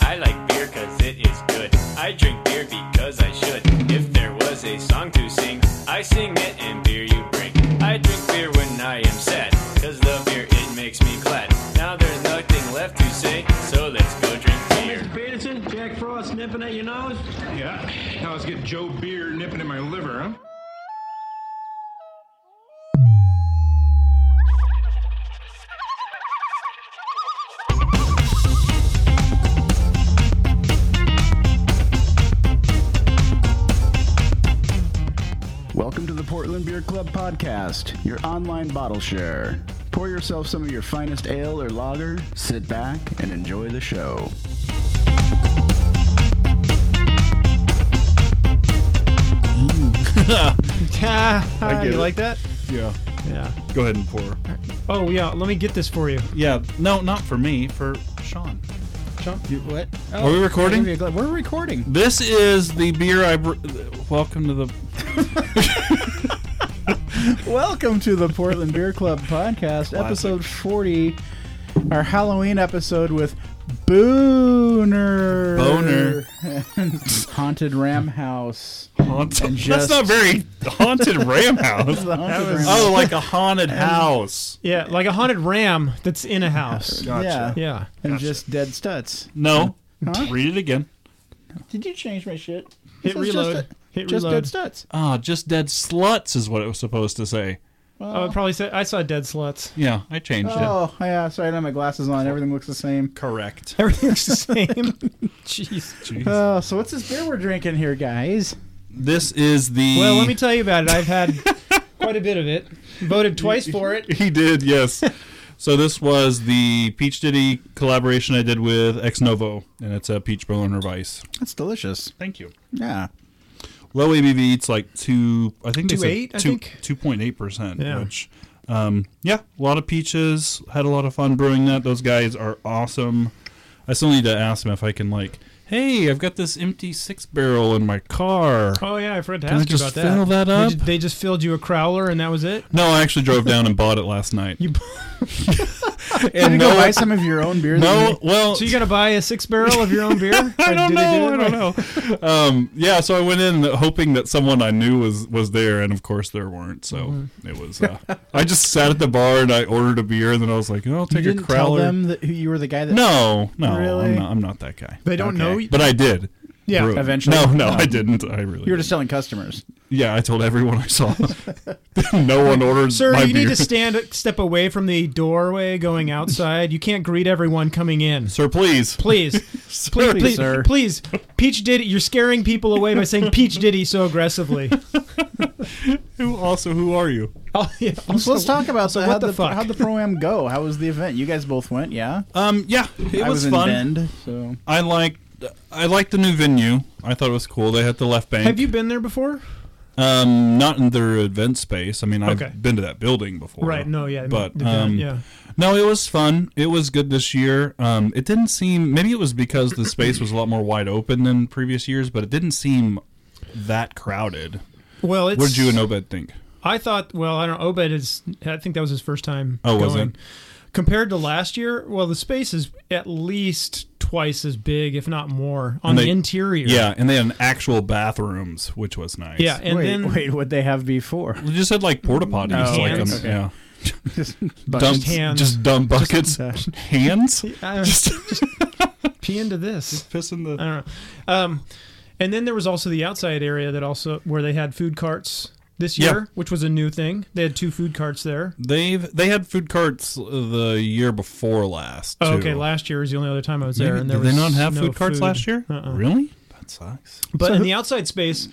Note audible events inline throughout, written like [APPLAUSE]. I like beer cause it is good. I drink beer because I should. If there was a song to sing, I sing it and beer you bring. I drink beer when I am sad, cause the beer it makes me glad. Now there's nothing left to say, so let's go drink beer. Mr. Peterson, Jack Frost nipping at your nose. Yeah. Now let's get Joe Beer nipping in my liver, huh? Welcome to the Portland Beer Club podcast, your online bottle share. Pour yourself some of your finest ale or lager, sit back, and enjoy the show. I get you it. like that? Yeah. Yeah. Go ahead and pour. Oh yeah. Let me get this for you. Yeah. No, not for me. For Sean. Sean, what? Oh, Are we recording? We're recording. This is the beer I. Br- Welcome to the. Welcome to the Portland Beer Club podcast, episode forty, our Halloween episode with Booner, Boner. Haunted Ram House. Haunted. just- [LAUGHS] That's not very haunted [LAUGHS] ram house. The Haunted Ram oh, like a haunted house. Yeah, like a haunted ram that's in a [LAUGHS] house. yeah, Yeah. and just dead studs. No. Huh? Read it again. Did you change my shit? Hit This is reload. Just, a- Hit just reload. dead studs. Ah, just dead sluts is what it was supposed to say. I would probably say I saw dead sluts. Yeah, I changed it. Oh yeah, sorry, I don't have my glasses on. Everything looks the same. Correct. Everything's the [LAUGHS] same. Jeez. Oh, so what's this beer we're drinking here, guys? This is the. Well, [LAUGHS] let me tell you about it. I've had quite a bit of it. Voted twice for it. He [LAUGHS] did, yes. so this was the Peach Diddy collaboration I did with Ex Novo, and it's a peach Berliner Weiss. That's delicious. Thank you. Yeah. Low ABV, it's like two. I think it's eight, I think? two point eight percent. Yeah. Which, um, yeah, a lot of peaches. Had a lot of fun brewing that. Those guys are awesome. I still need to ask them if I can like. Hey, I've got this empty six barrel in my car. Oh yeah, I forgot to Can I ask you just about that. fill that They up? ju- They, just filled you a crowler and that was it. No, I actually drove down and bought it last night. You, Did you and go no, buy some of your own beer? that no, you- well, so you got to buy a six barrel of your own beer. I Or don't did they do know. I it? don't [LAUGHS] know. Um, yeah, so I went in hoping that someone I knew was was there, and of course there weren't. So Mm-hmm. it was. Uh, I just sat at the bar and I ordered a beer, and then I was like, "I'll you take a didn't crowler." tell them that who you were the guy that. No, no, Really? I'm, not, I'm not that guy. They don't know. But I did. Yeah, brew it. eventually. No, no, No. I didn't. I really. You were didn't. just telling customers. yeah, I told everyone [LAUGHS] I saw. [LAUGHS] no one ordered. Sir, my you beer. need to stand step away from the doorway going outside. You can't greet everyone coming in. Sir, please. Please. [LAUGHS] Please, please, sir. please, Peach Diddy, you're scaring people away by saying Peach Diddy so [LAUGHS] aggressively. Who also? Who are you? Oh, yeah. So let's talk about so what the fuck? how'd the pro am go? How was the event? You guys both went, yeah. Um. Yeah, it I was, in fun. Bend, so I liked. I liked the new venue. I thought it was cool. They had the left bank. [LAUGHS] Have you been there before? Um, not in their event space. I mean, Okay. I've been to that building before. Right, no, yeah, I mean, But the um, event, yeah. no, it was fun. It was good this year. Um, it didn't seem. Maybe it was because the space was a lot more wide open than previous years, but it didn't seem that crowded. Well, it's. What did you and Obed think? I thought. Well, I don't. know. Obed is. I think that was his first time. Oh, was going. it? Compared to last year, well, the space is at least twice as big, if not more, on And they- the interior. Yeah, and they had an actual bathrooms, which was nice. Yeah, and wait, then wait, what'd they have before? We just had like porta potties, Just like hands? um, Okay. yeah, [LAUGHS] [LAUGHS] dumb, Just hands. just dumb [LAUGHS] buckets, hands, I- [LAUGHS] [LAUGHS] just pee into this. pissing the. I don't know. Um, and then there was also the outside area that also where they had food carts this Yeah. year, which was a new thing. They had two food carts there. They've they had food carts the year before last. Oh, too. okay, last year was the only other time I was there, Maybe- and there did was they not have no food carts last year? Uh-uh. Really? That sucks. But [LAUGHS] in the outside space,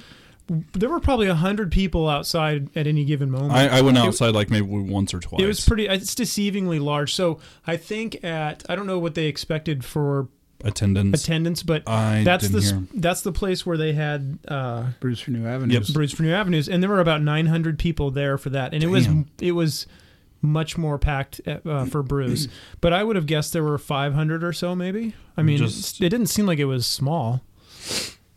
w- there were probably hundred people outside at any given moment. I, I went outside like maybe once or twice. it was pretty. uh, It's deceivingly large. So I think at I don't know what they expected for attendance. attendance, but I that's didn't the hear. s that's the place where they had uh, Bruce for New Avenues. Brews for New Avenues, and there were about 900 people there for that, and it Damn. was it was much more packed uh, for [CLEARS THROAT] brews. but I would have guessed there were 500 or so, maybe. I mean, Just- it didn't seem like it was small.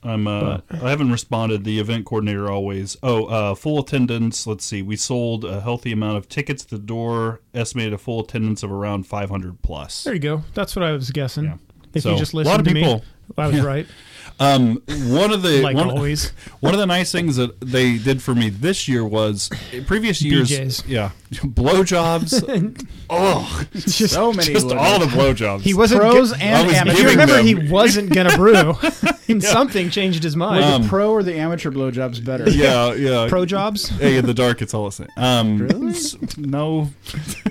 I'm uh, I haven't responded. The event coordinator always. Oh, uh, full attendance. Let's see. We sold a healthy amount of tickets at the door. Estimated a full attendance of around 500 plus. There you go. That's what I was guessing. Yeah. If So, you just a lot listened of to me, people. I was right. [LAUGHS] Um, one of the Like one, [LAUGHS] always. [LAUGHS] one of the nice things that they did for me this year was in previous years. BJ's. Yeah, [LAUGHS] blowjobs. oh, Just, So many just all the blowjobs. he wasn't pros go- and was amateurs. You giving remember them. he wasn't gonna [LAUGHS] brew, [LAUGHS] and something changed his mind. Um, the pro or the amateur blowjobs better? Yeah, [LAUGHS] yeah. Pro jobs. Hey, in the dark, it's all the same. Um, Really? s- No.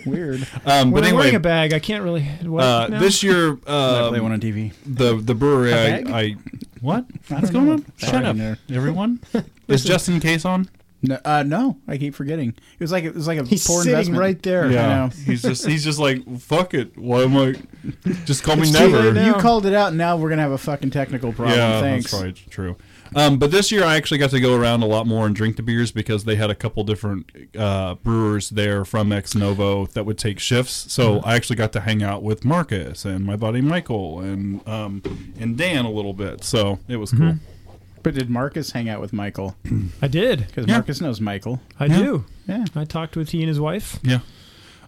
Weird. Um, When but I'm wearing a anyway, bag, I can't really. What, uh, now? this year, I play um, one on TV. the the brewery A I, bag? I what what's don't going know. on? Sorry, Shut up, nerd. [LAUGHS] everyone. Is Justin Case on? No, uh, no, I keep forgetting. It was like it was like a he's poor sitting investment. right there. Yeah. he's just he's just like fuck it. Why am I? Just call me It's too late never. now. You called it out, and now we're gonna have a fucking technical problem. yeah, Thanks. that's probably true. Um, but this year I actually got to go around a lot more and drink the beers because they had a couple different uh, brewers there from Ex Novo that would take shifts. So Mm-hmm. I actually got to hang out with Marcus and my buddy Michael and um, and Dan a little bit. So it was cool. Mm-hmm. But did Marcus hang out with Michael? I did. Because Yeah. Marcus knows Michael. I Yeah. do. Yeah. I talked with he and his wife. Yeah.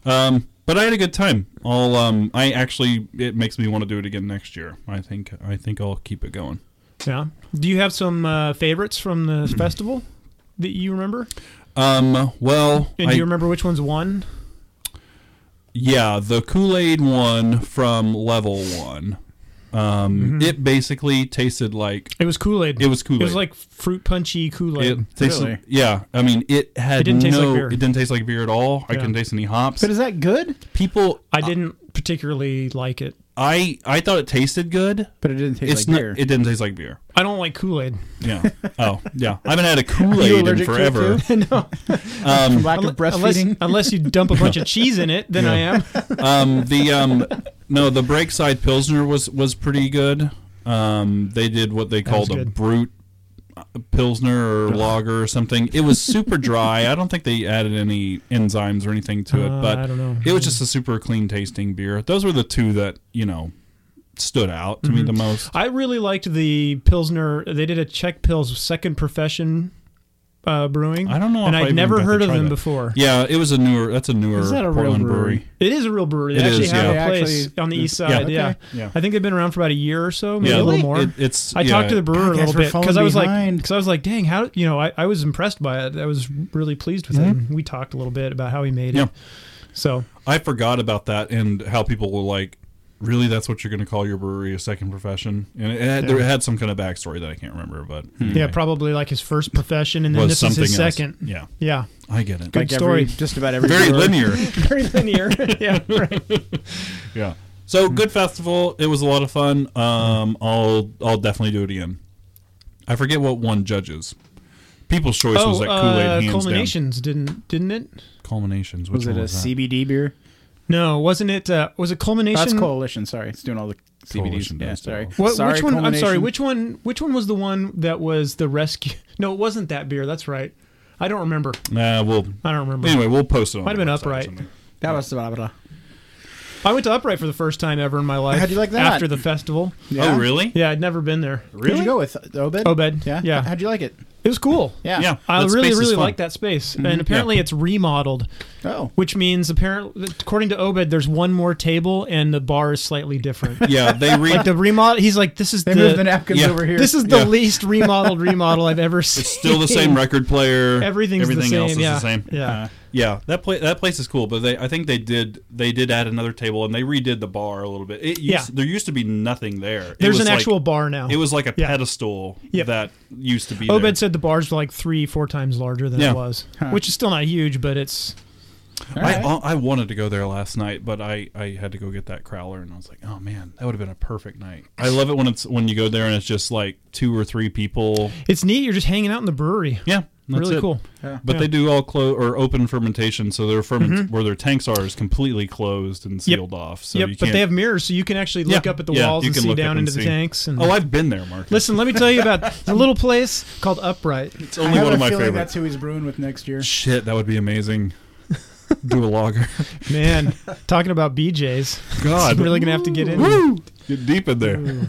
Um, but I had a good time. I'll um, I actually it makes me want to do it again next year. I think I think I'll keep it going. Yeah. Do you have some uh, favorites from the Mm-hmm. festival that you remember? Um, well, And I- do you remember which ones won? Yeah, the Kool Aid one from level one. Um, It basically tasted like It was Kool Aid. It was Kool-Aid. It was like fruit punchy Kool Aid. it tasted. Really? Yeah, I mean, it had It didn't no. taste like beer. It didn't taste like beer at all. I Yeah. couldn't taste any hops. But is that good? People, I didn't particularly like it. I I thought it tasted good. But it didn't taste It's like not. beer. It didn't taste like beer. I don't like Kool Aid. Yeah. oh, yeah. I haven't had a Kool Aid in allergic to it, forever. [LAUGHS] too? [LAUGHS] um, Lack of Unless, breastfeeding. [LAUGHS] unless you dump a bunch of cheese in it, then I am. um, the um, no, the Breakside Pilsner was was pretty good. Um, they did what they was called a good. brute uh, pilsner or lager or something. It was super dry. I don't think they added any enzymes or anything to it, Uh, but I don't know. it was just a super clean tasting beer. Those were the two that you know stood out Mm-hmm. to me the most. I really liked the Pilsner. They did a Czech Pils second profession uh, brewing. I don't know And if I I'd even never got to heard of try them that. before. Yeah, it was a newer. That's a newer Is that a real Portland brewery? brewery. It is a real brewery. They It actually is, have yeah. a place Actually, on the east yeah. side. Yeah. Okay. Yeah. I think they've been around for about a year or so, maybe Yeah. a little Really? more. It- it's- I yeah. talked to the brewer God, a guys, little we're bit because falling I was like, behind. because I was like, dang, how you know, I, I was impressed by it. I was really pleased with it. And we talked a little bit about how he made Yeah. it. So I forgot about that and how people were like, really, that's what you're going to call your brewery a second profession? And it had, there had some kind of backstory that I can't remember, but yeah, probably like his first profession, and Hmm. then was this is something his else. second. Yeah, Yeah, [LAUGHS] I get it. like good story. Every, just about every Very brewer. linear. [LAUGHS] very linear. yeah, right. yeah. So Hmm. good festival. It was a lot of fun. Um, I'll I'll definitely do it again. I forget what one judges. People's choice was Oh, that Kool Aid uh, hands culminations didn't didn't it? down. Culminations. Which Was one it a was that? CBD beer? No, wasn't it? Uh, was it culmination? That's coalition. Sorry, it's doing all the CBDs. Coalition Yeah, does do sorry. all What, sorry, which one? I'm sorry. Culmination. Which one? Which one was the one that was the rescue? [LAUGHS] No, it wasn't that beer. That's right. I don't remember. Nah, we'll. I don't remember. Anyway, we'll post it. on Might have the been website or Upright. something. That was blah, blah, blah. Oh, I went to Upright for the first time ever in my life. How'd you like that? After the festival. Yeah? Oh, really? [LAUGHS] Yeah, I'd never been there. Who'd you go with Obed? Obed. Yeah. Yeah. How'd you like it? It was cool. Yeah. Yeah. I that really, space is really fun. Mm-hmm. like that space. And apparently, it's remodeled, Oh. which means apparently, according to Obed, there's one more table and the bar is slightly different. [LAUGHS] Yeah, [LAUGHS] they re- like the remodel, he's like, this is They the. moved the napkins yeah. over here. this is the Yeah. least remodeled remodel I've ever seen. still the [LAUGHS] same record player. Everything's the everything same, else is yeah, the same. yeah. Uh, yeah. That place that place is cool, but they I think they did they did add another table and they redid the bar a little bit. It used, Yeah. there used to be nothing there. It There's was an like- actual bar now. It was like a Yeah. pedestal Yep. Oh, that used to be. Obed there. said the bars were like three, four times larger than Yeah. it was, which is still not huge, but it's I, I I wanted to go there last night, but I, I had to go get that crowler, and I was like, oh man, that would have been a perfect night. I love it when it's when you go there and it's just like two or three people. it's neat. You're just hanging out in the brewery. Yeah, that's really it. cool. But Yeah. Mm-hmm. they do all close or open fermentation, so their ferment where their tanks are is completely closed and sealed off. So yep, you but can't- they have mirrors, so you can actually look Yeah, up at the yeah, walls you and can see look down up and into the see. tanks. And Oh, I've been there, Mark. listen, let me tell you about a little place called [LAUGHS] Upright. it's I only have one a of my feeling favorites. that's who he's brewing with next year. Shit, that would be [LAUGHS] amazing. Do a logger. Man, talking about BJ's, God, I'm really gonna have to get in. Woo! Get deep in there.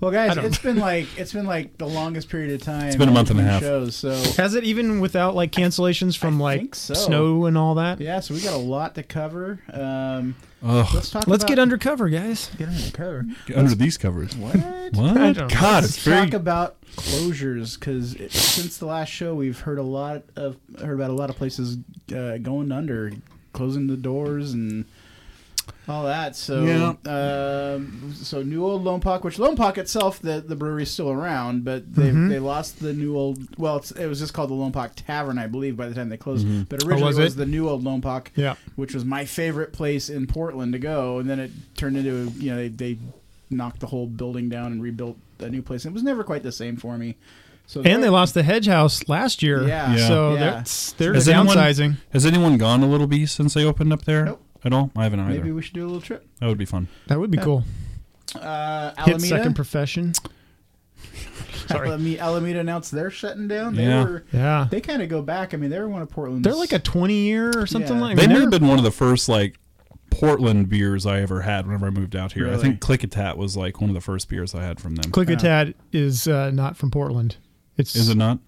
Well, guys, it's been like it's been like the longest period of time. It's been a month and a half. Shows, so Has it even without like cancellations from like think so. snow and all that? yeah, so we got a lot to cover. Um, Ugh, let's talk. Let's about, get undercover, guys. Get under cover. get under these covers. What? I don't know. God, Let's it's very. talk about closures because since the last show, we've heard a lot of heard about a lot of places uh, going under, closing the doors and all that. So, um, so new old Lone Pock, which Lone Pock itself, the the brewery's still around, but they Mm-hmm. they lost the new old. Well, it's, it was just called the Lone Pock Tavern, I believe, by the time they closed. But originally Mm-hmm. Oh, was it it? was the new old Lone Pock, Yeah. which was my favorite place in Portland to go, and then it turned into you know they they knocked the whole building down and rebuilt a new place. It was never quite the same for me. So And they lost the hedge house last year. Yeah. Yeah. So Yeah. they're, they're Has anyone- downsizing. Has anyone gone to Little B since they opened up there Nope. at all? I haven't either. Maybe we should do a little trip. that would be fun. That would be cool. Uh, Hit Alameda, second profession. Sorry. Alame- Alameda announced they're shutting down. They Yeah. were, Yeah. they kind of go back. I mean, they were one of Portland's. They're like a 20 year or something Yeah. like They I mean, may they're- have been one of the first like Portland beers I ever had whenever I moved out here. I Really? think Clickitat was like one of the first beers I had from them. Klickitat is uh, not from Portland. It's Is [LAUGHS] it not?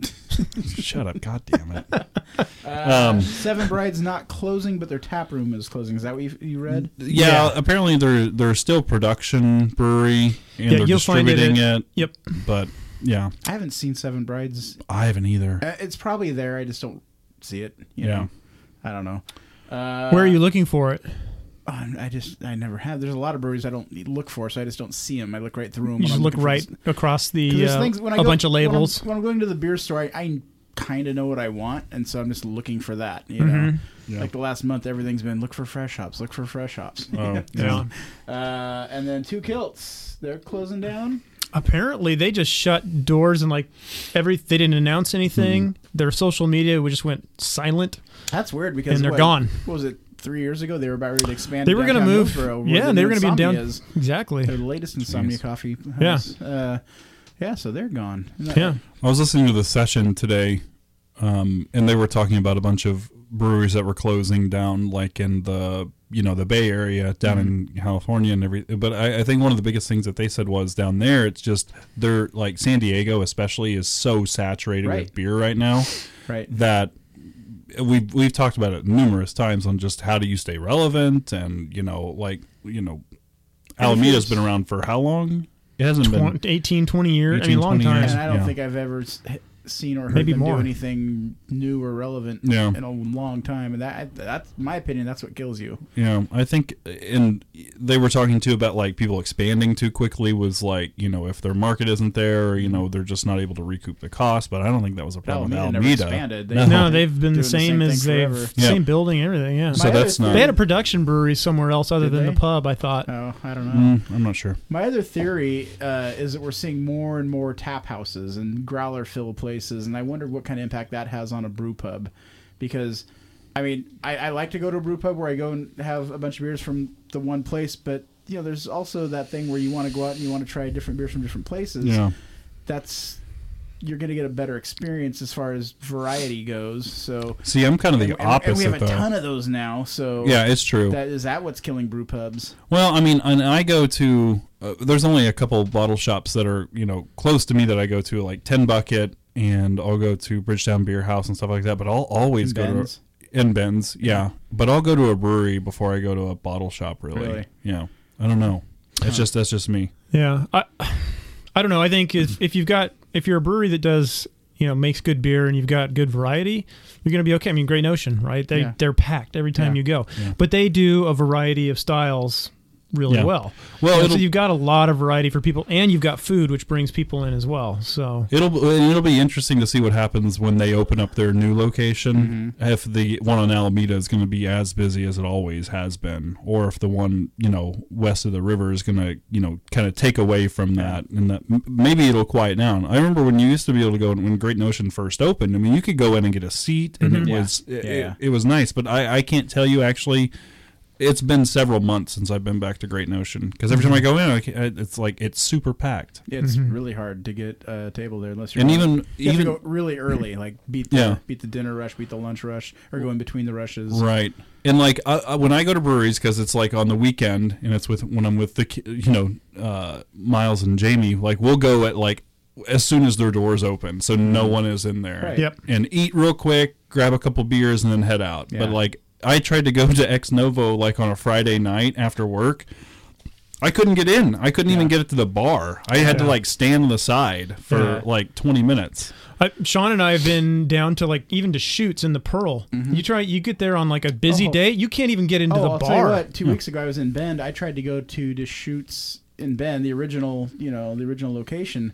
Shut up! Um, God damn it! Seven Brides not closing, but their tap room is closing. Is that what you, you read? Yeah, apparently they're they're still production brewery and Yeah, they're you'll find it distributing at- it, Yep. But yeah, I haven't seen Seven Brides. I haven't either. Uh, It's probably there. I just don't see it. You Yeah. Know? I don't know. Uh, Where are you looking for it? I'm- I just I never have. There's a lot of breweries I don't look for, so I just don't see them. I look right through them. You just look right across the There's uh, things when I a go- bunch of when I'm- labels. When I'm, going to the beer store, I, I kind of know what I want, and so I'm just looking for that. You know, Mm-hmm. like the last month, everything's been look for fresh hops, look for fresh hops. Oh, Yeah. [LAUGHS] uh, and then two kilts, they're closing down. Apparently, they just shut doors and like every they didn't announce anything. Mm-hmm. Their social media we just went silent. That's weird because And they're what- gone. What was it? Three years ago, they were about ready to expand. They were going to move. [LAUGHS] yeah, they were going gonna to be in down. Is, Exactly. their latest insomnia coffee. Yeah. House. Uh, yeah, so they're gone. Isn't that- Yeah. I was listening to the session today, um, and they were talking about a bunch of breweries that were closing down, like in the you know the Bay Area, down in California, and everything. But I, I think one of the biggest things that they said was down there, it's just they're like San Diego, especially, is so saturated Right. with beer right now Right. that we've we've talked about it numerous times on just how do you stay relevant and you know like you know Alameda's been around for how long? It hasn't been. 20, 18, 20 years. I 18, mean, long 20 time. years. and I don't Yeah. think I've ever s- seen or heard Maybe them more. do anything new or relevant Yeah. in a long time. And that that's my opinion. That's what kills you. Yeah, I think, and they were talking too about like people expanding too quickly was like, you know, if their market isn't there, you know, they're just not able to recoup the cost. But I don't think that was a problem. with Alameda never Alameda, expanded. They- No. No, they've been [LAUGHS] Doing the the same, same as thing they've forever. Yeah. same building, everything. Yeah. So My that's other not- they had a production brewery somewhere else other Did than they? the pub. I thought. Oh, I don't know. Mm, I'm not sure. My other theory uh, is that we're seeing more and more tap houses and growler fill places, and I wonder what kind of impact that has on a brew pub, because, I mean, I, I like to go to a brew pub where I go and have a bunch of beers from the one place, but you know, there's also that thing where you want to go out and you want to try different beers from different places. Yeah. That's you're going to get a better experience as far as variety goes. So See, I'm kind of the and, and we opposite have a though. ton of those now. So yeah, it's true. that is that what's killing brew pubs? Well, I mean, and I go to. Uh, there's only a couple bottle shops that are you know close to me that I go to, like Ten Bucket, and I'll go to Bridgetown Beer House and stuff like that. But I'll always And go Ben's. to and Ben's, yeah. But I'll go to a brewery before I go to a bottle shop. Really, Really? yeah. I don't know. That's just that's just me. Yeah, I, I don't know. I think if if you've got if you're a brewery that does you know makes good beer and you've got good variety, you're gonna be okay. I mean, Great Notion, right? They Yeah. they're packed every time Yeah. you go, but they do a variety of styles really Yeah. well. Well, You know, so it'll- you've got a lot of variety for people, and you've got food, which brings people in as well. So It'll and it'll be interesting to see what happens when they open up their new location. Mm-hmm. If the one on Alameda is going to be as busy as it always has been, or if the one you know west of the river is going to you know kind of take away from that, and that m- maybe it'll quiet down. I remember when you used to be able to go in- when Great Notion first opened. I mean, you could go in and get a seat, and it was it, Mm-hmm. Yeah. it, it was nice. But I I can't tell you actually it's been several months since I've been back to Great Notion because Mm-hmm. every time I go in, I, ca- it's like it's super packed. Yeah, it's really hard to get a table there unless you're Mm-hmm. And on- even- you have even- to go really early, like beat the Yeah. beat the dinner rush, beat the lunch rush, or go in between the rushes. Right. And like I, I, when I go to breweries, because it's like on the weekend, and it's with when I'm with the ki- you know uh, Miles and Jamie, like we'll go at like as soon as their doors open, so no Mm-hmm. one is in there. Right. Yep. And eat real quick, grab a couple beers, and then head out. Yeah. But like I tried to go to Ex Novo like on a Friday night after work. I couldn't get in. I couldn't even get it to the bar. I had to like stand on the side for Yeah. like 20 minutes. I, Sean and I have been down to like even to shoots in the Pearl. You try, you get there on like a busy Mm-hmm. Oh. day, you can't even get into Oh, the I'll bar. tell you what. Hmm. Two weeks ago, I was in Bend. I tried to go to Deschutes in Bend, the original, you know, the original location.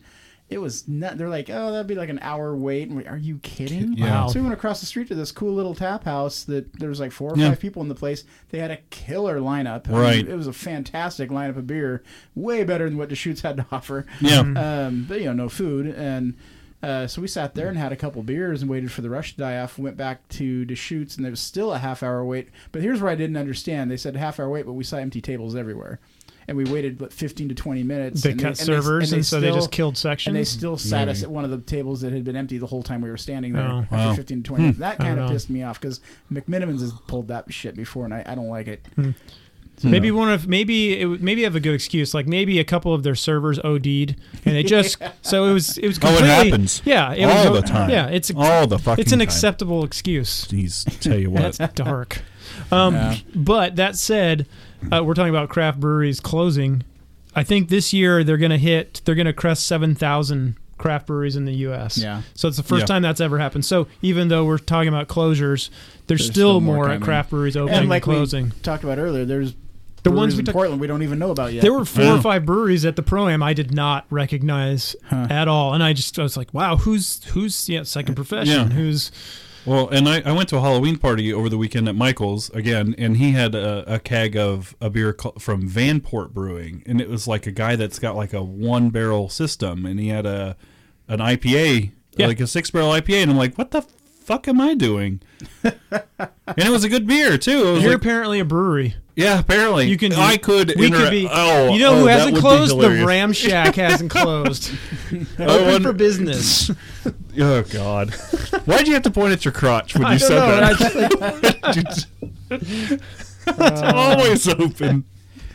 It was not. They're like, oh, that'd be like an hour wait. And we, are you kidding? Yeah. Wow. So we went across the street to this cool little tap house that there was like four or Yeah. five people in the place. They had a killer lineup. I mean, Right. it was a fantastic lineup of beer, way better than what Deschutes had to [LAUGHS] offer. Yeah. Mm-hmm. Um, but you know, no food, and uh, so we sat there and had a couple beers and waited for the rush to die off. Went back to Deschutes, and there was still a half hour wait. But here's where I didn't understand: they said half hour wait, but we saw empty tables everywhere, and we waited like, 15 to 20 minutes. They and cut servers, and so they just killed And they sections? still sat us at one of the tables that had been empty the whole time we were standing there Oh. after Wow. 15 to 20 minutes. That kind of know. pissed me off because McMinimans has pulled that shit before, and I, I don't like it. Hmm. Maybe one of maybe it, would- maybe have a good excuse like maybe a couple of their servers OD'd and they [LAUGHS] just so it was it was Oh, it completely, happens. yeah it all was, the time. yeah it's all the fucking. it's an time. acceptable excuse Jeez, tell you [LAUGHS] what. That's dark. Um, But that said, uh, we're talking about craft breweries closing. I think this year they're going to hit, they're going to crest 7,000 craft breweries in the U.S. Yeah. So it's the first Yeah. time that's ever happened. So even though we're talking about closures, there's, still, still more more coming. at craft breweries opening and and, like closing. we talked about earlier, there's The ones breweries we in took- Portland we don't even know about yet. There were four Yeah. or five breweries at the pro am I did not recognize at all, and I just I was like, wow, who's who's yeah second profession? Yeah. Who's Well, and I, I went to a Halloween party over the weekend at Michael's again, and he had a, a keg of a beer cl- from Vanport Brewing, and it was like a guy that's got like a one barrel system, and he had a an IPA, Yeah. like a six barrel IPA, and I'm like, what the fuck am I [LAUGHS] doing? and it was a good beer too. It was you're like- apparently a brewery. yeah, apparently You can. Be, I could. We intera- could be. Oh, you know oh, who that hasn't would be closed? The hilarious. Ram Shack [LAUGHS] hasn't closed. I Open for wonder- business. Oh God! Why'd you have to point at your crotch when [LAUGHS] I you don't said know, that? and I just, like, it's [LAUGHS] always open.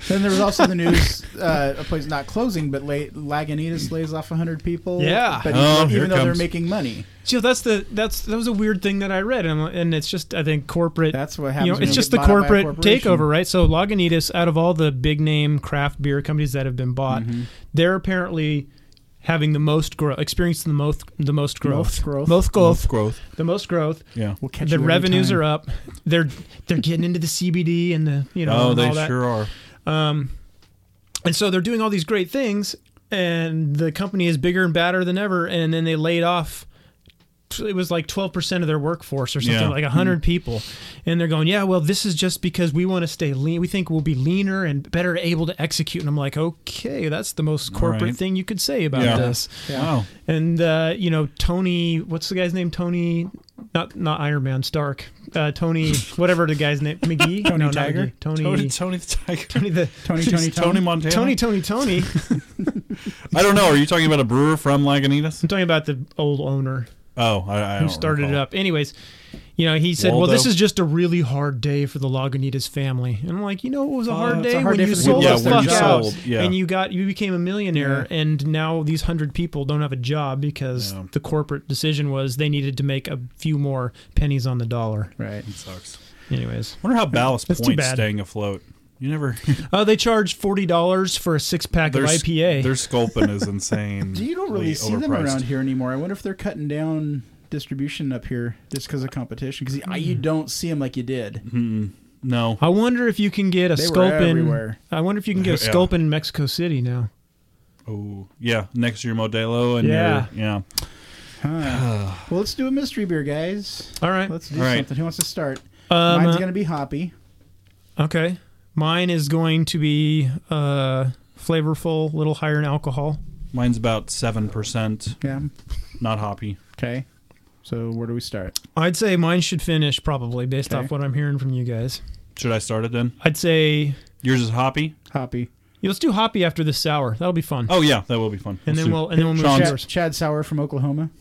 Then there was also the news: [LAUGHS] uh, a place not closing, but La- Lagunitas lays off 100 people. Yeah. but Oh, even, here even though they're comes- making money, you know, that's the that's that was a weird thing that I read, and, I'm- and it's just I think corporate. that's what you happens. know, when it's just get the bought out by a corporate corporation. takeover, right? So Lagunitas, out of all the big name craft beer companies that have been bought, Mm-hmm. they're apparently having the most growth, experiencing the most the most growth, Most growth. most growth, Growth. the most growth. Yeah. We'll catch The you every revenues time. [LAUGHS] are up. They're they're getting into the CBD and the you know Oh, and they all that. sure are. And so they're doing all these great things, and the company is bigger and badder than ever. And then they laid off. It was like twelve percent of their workforce, or something Yeah. like hundred people. And they're going, yeah, well, this is just because we want to stay lean. We think we'll be leaner and better able to execute. And I'm like, okay, that's the most corporate right. thing you could say about Yeah. this. Wow. And uh, you know, Tony, what's the guy's name? Tony, not not Iron Man, Stark. Uh, Tony, whatever the guy's name, McGee. Tony Tiger? Tony. Tony, [LAUGHS] Tony, Tony the Tiger. the, Tony, Tony, Tony. Tony Montana. Tony, Tony, Tony. I don't know. Are you talking about a brewer from Lagunitas? I'm talking about the old owner Oh, I, I who don't started it recall. up. Anyways, you know, he said, Waldo? "Well, this is just a really hard day for the Lagunitas family." And I'm like, you know, it was a hard Uh, it's day a when hard day you for the sold people the that fuck sold. out Yeah. and you got you became a millionaire, and now these hundred people don't have a job because Yeah. the corporate decision was they needed to make a few more pennies on the dollar. Right. Sucks. Anyways, Wonder how Ballast That's too Point's bad. staying afloat. You never. uh, they charge forty dollars for a six pack of [LAUGHS] their, IPA. Their [LAUGHS] sculpin is insane. You don't really see them around here anymore. I wonder if they're cutting down distribution up here just because of competition. Because you don't see them like you did. No. I wonder if you can get a They were sculpin. everywhere. I wonder if you can get a [LAUGHS] Yeah. sculpin in Mexico City now. Oh, yeah. Next to your Modelo and Yeah. your yeah. [SIGHS] Well, let's do a mystery beer, guys. All right. Let's do All right. something. Who wants to start? Um, Mine's gonna be hoppy. Okay. Mine is going to be uh, flavorful, little higher in alcohol. Mine's about seven percent, Yeah. not hoppy. Okay. So where do we start? I'd say mine should finish probably based Okay. off what I'm hearing from you guys. Should I start it then? I'd say Yours is hoppy. Hoppy. yeah, let's do hoppy after this sour. That'll be fun. Oh yeah, that will be fun. and Let's then do- we'll and then we'll move Sean's- to Chad, yours. Chad Sauer from Oklahoma. [LAUGHS]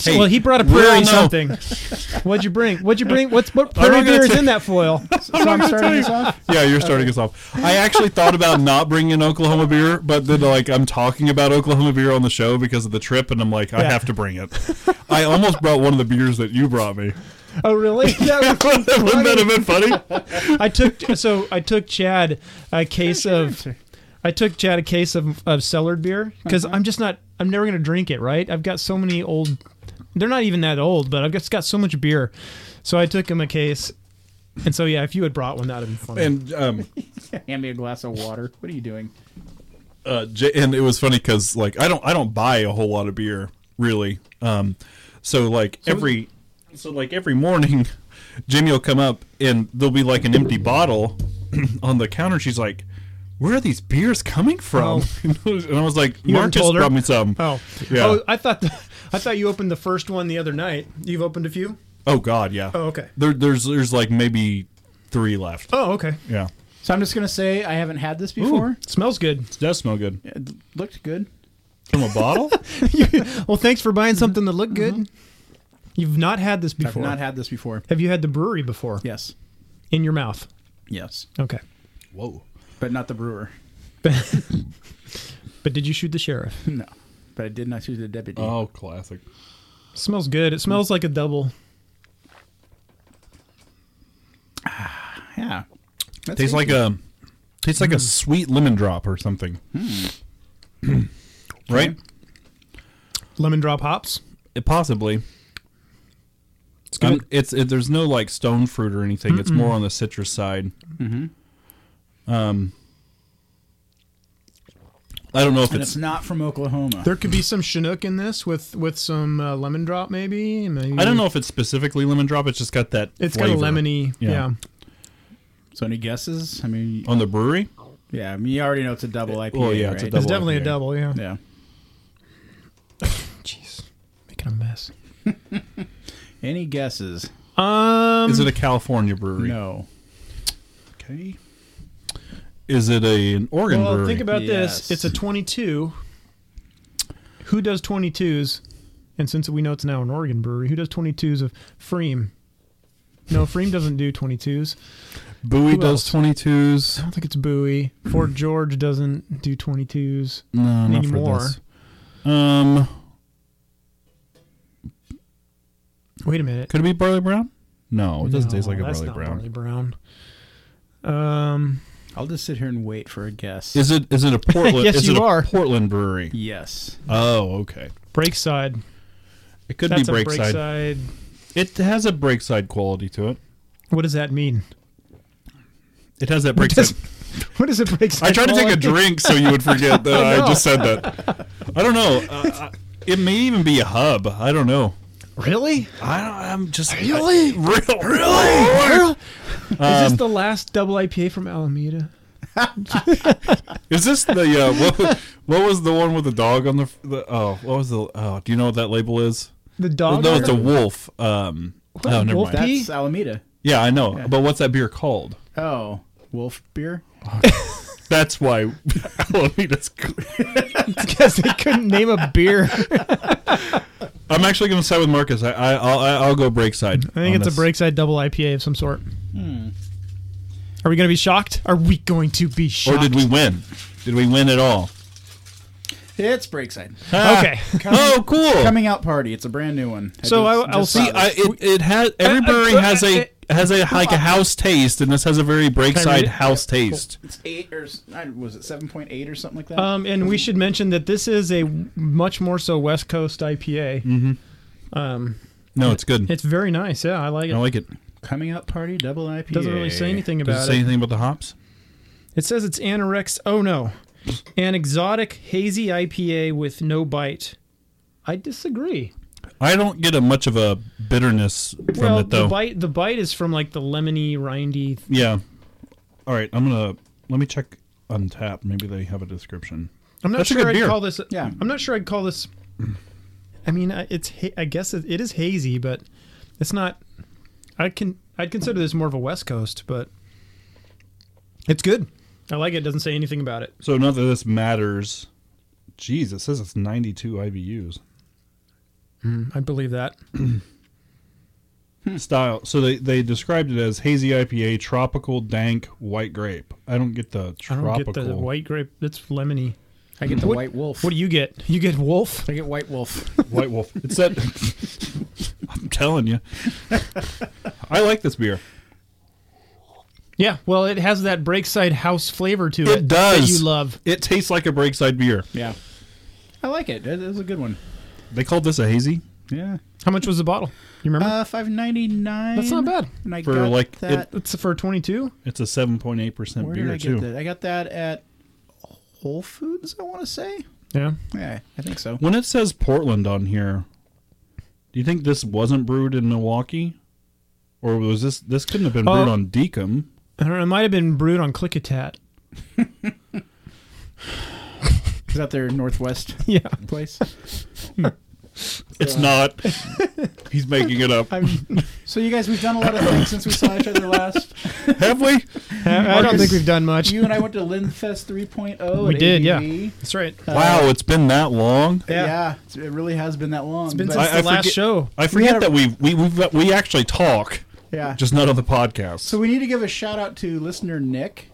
Hey, well, he brought a we all prairie know- something. What'd you bring? What'd you bring? What's what I'm not prairie gonna beer is tell in you. that foil? So I'm starting this off. Yeah, you're starting us off. I actually thought about not bringing an Oklahoma beer, but then like I'm talking about Oklahoma beer on the show because of the trip, and I'm like, I Yeah. have to bring it. I almost brought one of the beers that you brought me. [LAUGHS] Oh, really? That Wouldn't that have been funny? was- I took so I took Chad a case of I took Chad a case of of cellared beer because Uh-huh. I'm just not I'm never gonna drink it. Right? I've got so many old. They're not even that old, but I've just got so much beer. So I took him a case. And so yeah, if you had brought one, that'd have been funny. And um, Hand me a glass of water. What are you doing? uh, J- and it was funny because like I don't I don't buy a whole lot of beer really. Um, so like every so like every morning, [LAUGHS] Jimmy will come up and there'll be like an empty bottle [CLEARS THROAT] on the counter. She's like. Where are these beers coming from? [LAUGHS] and I was like, Oh. You haven't Marcus told her? brought me some. Oh, Yeah. Oh, I thought the, I thought you opened the first one the other night. You've opened a few. Oh, God, yeah. Oh, okay. There, there's there's like maybe three left. Oh, okay. Yeah, So I'm just gonna say I haven't had this before. Smells good. [LAUGHS] it does smell good It looked good. from [LAUGHS] a bottle. Well, thanks for buying something that looked good. You've not had this Mm-hmm. I've before. not had this before. Have you had the brewery before? Yes. In your mouth. Yes. Okay. Whoa. But not the [LAUGHS] brewer. But did you shoot the sheriff? No. But I did not choose the deputy. Oh, classic. smells good. It smells like a double. yeah. That's Tastes like a tastes like a sweet lemon drop or something. Hmm. right? Lemon drop hops. It possibly. Um, it's it, there's no like stone fruit or anything. It's more on the citrus side. Mm-hmm. Um, I don't know if and it's it's. not from Oklahoma. There could be some Chinook in this with with some uh, lemon drop, maybe. maybe. I don't know if it's specifically lemon drop. It's just got that. It's flavor. got a lemony. Yeah. Yeah. So any guesses? I mean, on the brewery. yeah. I mean, you already know it's a double IPA. well, Oh. yeah, it's a right? It's Double definitely IPA. a double. Yeah. [LAUGHS] Yeah. Jeez, making a mess. Any guesses? Um. Is it a California brewery? No. Okay. Is it a, an Oregon Well, brewery? think about Yes. this. It's a 22. Who does 22s? And since we know it's now an Oregon brewery, who does 22s of Freem? No, Freem doesn't do 22s. Bowie who does else? twenty twos. I don't think it's Bowie. Fort George doesn't do 22s. No, not Anymore. for this. Um, Wait a minute. could it be barley brown? No, it doesn't taste No, like a that's barley not brown. Barley Brown. Um, I'll just sit here and wait for a guess. Is it? [LAUGHS] Is it a Portland? Yes, is you it a are. Portland brewery. yes. Oh, okay. Breakside. It could That's be a Breakside. Breakside. It has a Breakside quality to it. What does that mean? It has that does- [LAUGHS] Breakside. What is a Breakside? I tried to take a quality? drink so you would [LAUGHS] forget that I just said that. I don't know. Uh, I- it may even be a hub. I don't know. Really? I don't, I'm just really, real, really. is Um, this the last double IPA from Alameda? Is this the uh, what? What was the one with the dog on the, the? Oh, what was the? Oh, do you know what that label is? The dog. no, on it's it? [LAUGHS] a wolf. Um, oh, never wolf mind. that- That's Alameda. Yeah, I know. But what's that beer called? Oh, Wolf Beer. That's why [LAUGHS] Alameda's. cool. because they couldn't name a beer. [LAUGHS] I I'm actually going to side with Marcus. I, I I'll, I- I'll go Breakside. I think it's a Breakside double IPA of some sort. Are we going to be shocked? Are we going to be Hmm. Or shocked? did we win? Did we win at all? It's Breakside. Okay. [LAUGHS] oh, cool. Coming out party. It's a brand new one. So just- I- I'll just see- saw See, this. I, it, it Uh, has every I- brewery I- has a uh, has a like a house taste, and this has a very Breakside it? house taste. it's eight or s- I- was it seven point eight or something like that? Um, and we should mention that this is a much more so West Coast IPA. Mm. No, it's good. It's very nice. Yeah, I like it. I like it. Coming out party double IPA. Doesn't really say anything about Does it say it. anything about the hops? It says it's anorex. Oh no, an exotic hazy IPA with no bite. I disagree. I don't get a much of a bitterness from well, it though. the bite the bite is from like the lemony rindy. yeah. All right, I'm gonna let me check Untap. Maybe they have a description. I'm not That's a sure good I'd beer. call this. Yeah. I'm not sure I'd call this. I mean, I- it's. ha- I guess it, it is hazy, but it's not. I can. I'd consider this more of a West Coast, but It's good. I like it. Doesn't say anything about it. So not that this matters. Jeez, it says it's 92 IBUs. I believe that. Style. So they, they described it as hazy IPA, tropical, dank, white grape. I don't get the I tropical. don't get the white grape. That's lemony. I get the What- White Wolf. What do you get? You get wolf. I get White Wolf. White Wolf. It's that. I'm telling you. I like this beer. Yeah. Well, it has that Breakside house flavor to it. does. That you love. It tastes like a Breakside beer. yeah, I like it. That- That's a good one. They called this a hazy Yeah, How much was the bottle? You remember? uh, five ninety nine. That's not bad. And I For, got like, that. It's for 22. It's a 7.8% where did I beer, get too. that? I got that at Whole Foods. I want to say. Yeah. Yeah, I think so. When it says Portland on here, do you think this wasn't brewed in Milwaukee? Or was this. This couldn't have been brewed Oh. on Deacom. I don't know. It might have been brewed on Clickitat. Is that their Northwest [LAUGHS] Yeah. place? It's [LAUGHS] not. He's making it [LAUGHS] up. So you guys, we've done a lot of things since we saw each other [LAUGHS] last. Have we? I don't think we've done much. You and I went to Linfest 3.0. We at E. did, yeah. ABV. That's right. Wow, it's been that long. Yeah, it's- it really has been that long. It's been but, since I- I the last forget- show. I had a- forget that we've, we we've, we actually talk, yeah. just not on the podcast. So we need to give a shout out to listener Nick.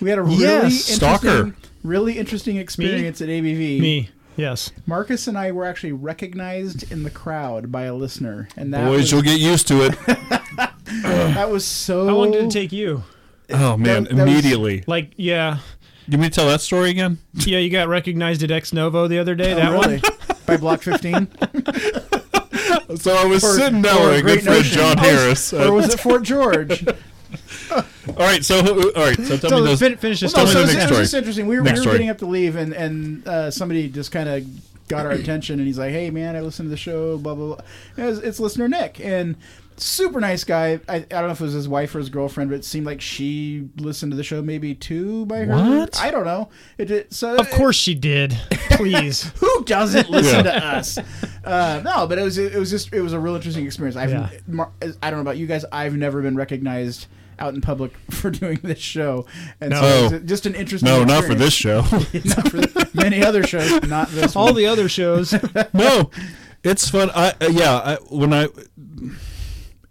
We had a really Yes. interesting, Stalker. really interesting experience at ABV. Me. Yes. Marcus and I were actually recognized in the crowd by a listener, and that Boys, was, you'll get used to [LAUGHS] it. that was so. How long did it take you? oh man, That- that was- immediately. Like, yeah. you mean to tell that story again? Yeah, you got recognized at Ex Novo the other day. Oh, that really? one. by Block [LAUGHS] 15, So I was For- sitting down for with a a great good friend, notion. John I was- Harris. or Uh, was it Fort [LAUGHS] George? all right, so who- all right, so tell So me those. fin- finish this tell Well, me so the it's, next it's story. just interesting. We were, we Next were story. getting up to leave, and and uh, somebody just kind of got our attention, and he's like, "Hey, man, I listened to the show, blah blah." blah. And It was, it's listener Nick, and super nice guy. I, I don't know if it was his wife or his girlfriend, but it seemed like she listened to the show maybe two by her. What? I don't know. It, did so Of course she did. Please. who [LAUGHS] doesn't listen Yeah. to us? Uh, no, but it was it was just it was a real interesting experience. I've Yeah. Mar- I don't know about you guys. I've never been recognized out in public [LAUGHS] for doing this show, and No. Oh. so it's just an interesting. No, not for experience. this show. [LAUGHS] Not for the- many other shows, not this All one. the other shows. [LAUGHS] no, it's fun. I uh, yeah, I, when I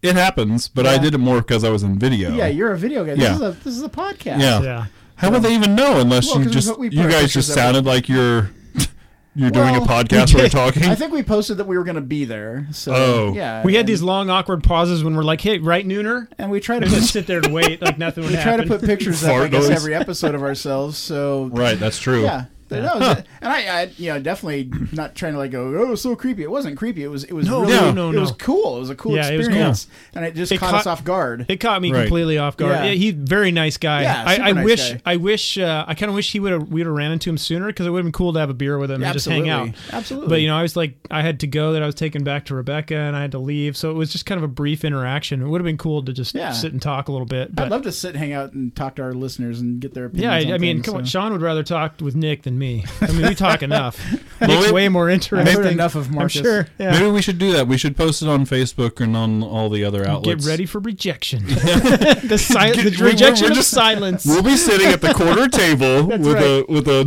it happens, but I Yeah. did it more because I was in video. yeah, you're a video guy. This Yeah. is a this is a podcast. yeah. Yeah. How would they even know unless Well, you 'cause just we put you our guys pictures just up. sounded like you're [LAUGHS] you're doing Well, a podcast where you're talking? I think we posted that we were going to be there. So Oh. yeah, We had and- these long awkward pauses when we're like, "Hey, right nooner," and we try [LAUGHS] to and just put, sit there and wait like nothing would we try happen. to put pictures up. I Fart guess noise. every episode of ourselves. So right, that's true. yeah. But no, it was- and I, I, you know, definitely not trying to like go. Oh, it was so creepy. It wasn't creepy. It was, it was No, really, no, no, it no. was cool. It was a cool Yeah, it was cool. experience, and it just It caught, caught- us off guard. It caught me Right. completely off guard. Yeah. Yeah. he's very nice guy. Yeah, I, super I nice wish guy. I wish uh, I kind of wish he would have we would have ran into him sooner because it would have been cool to have a beer with him and Absolutely, just hang out. absolutely. But you know, I was like, I had to go. That I was taken back to Rebecca, and I had to leave. So it was just kind of a brief interaction. It would have been cool to just Yeah. sit and talk a little bit. But I'd love to sit, and hang out, and talk to our listeners and get their yeah, opinions. I, on I mean, things, come on, so. Sean would rather talk with Nick than me. I mean, we [LAUGHS] talk enough. Nick's it- way more I've interesting. heard enough of I'm Marcus. sure. Yeah. Maybe we should do that. We should post it on Facebook and on all the other Get outlets. ready for [LAUGHS] rejection. [LAUGHS] the, sil- Get- the we- we're- rejection we're of just- silence. We'll be sitting at [LAUGHS] the corner table with a with a,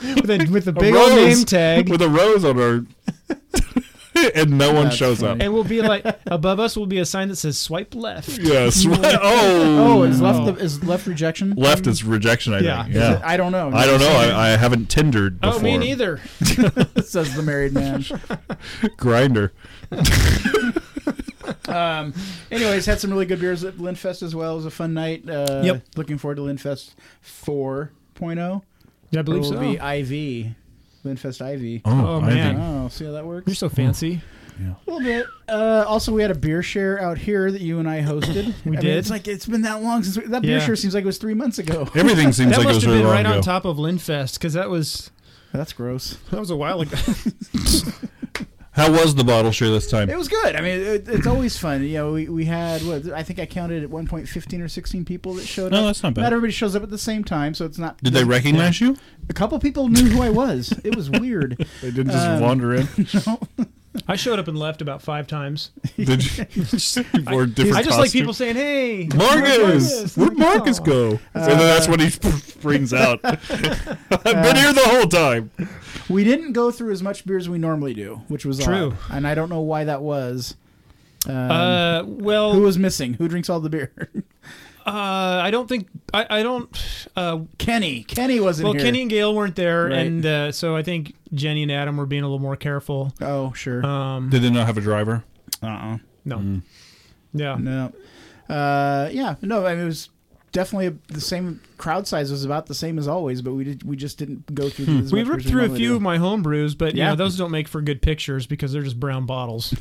with a, with a [LAUGHS] a big rose, old name tag, with a rose on our, [LAUGHS] and no one That's shows funny. up. and we'll be like above us will be a sign that says "swipe left." Yes. oh, Oh, is left the, is left rejection? left is rejection. I Um, Yeah. think. Yeah. I don't know. I don't know. I, I haven't Tindered before. Oh, me neither. [LAUGHS] says the married man. Grinder. Um, anyways, had some really good beers at Linfest as well. It was a fun night. Uh, Yep. Looking forward to Linfest 4.0. Yeah, I oh. It believe will so. be IV. Linfest IV. Oh, Oh, Ivy. man. Oh, see how that works? You're so fancy. A little bit. Uh, also, we had a beer share out here that you and I [LAUGHS] hosted. we did? it's like it's been that long since we, that beer Yeah. share seems like it was three months ago. [LAUGHS] Everything seems That like it must was have really been long right ago. on top of Linfest because that was [LAUGHS] That's gross. that was a while ago. [LAUGHS] How was the bottle share this time? It was good. I mean, it, it's always fun. You know, we, we had what I think I counted at one point fifteen or sixteen people that showed No, up. that's not bad. Not everybody shows up at the same time, so it's not. Did they recognize you? A couple people knew who I was. It was weird. They didn't [LAUGHS] just Um, wander in. No. I showed up and left about five times. Did you, wore [LAUGHS] different I just like costume. people saying, "Hey, Marcus, [LAUGHS] where'd Marcus go? and then that's what he Uh, [LAUGHS] brings out. I've been here the whole time. We didn't go through as much beer as we normally do, which was True. odd. and I don't know why that was. Um, Uh, well, Who was missing? Who drinks all the beer? [LAUGHS] uh, I don't think I, I don't. Uh, Kenny. Kenny wasn't well, here. Kenny and Gail weren't there, Right. and uh, so I think Jenny and Adam were being a little more careful. Oh, sure. Um, Did they not have a driver? Uh-uh. no, Mm. yeah, No. Uh, yeah. No. I mean, it was definitely the same crowd size was about the same as always, but we did we just didn't go through. as Hmm. we much ripped as through a normally few do. of my home brews, but you Yeah. know, those don't make for good pictures because they're just brown [LAUGHS] bottles.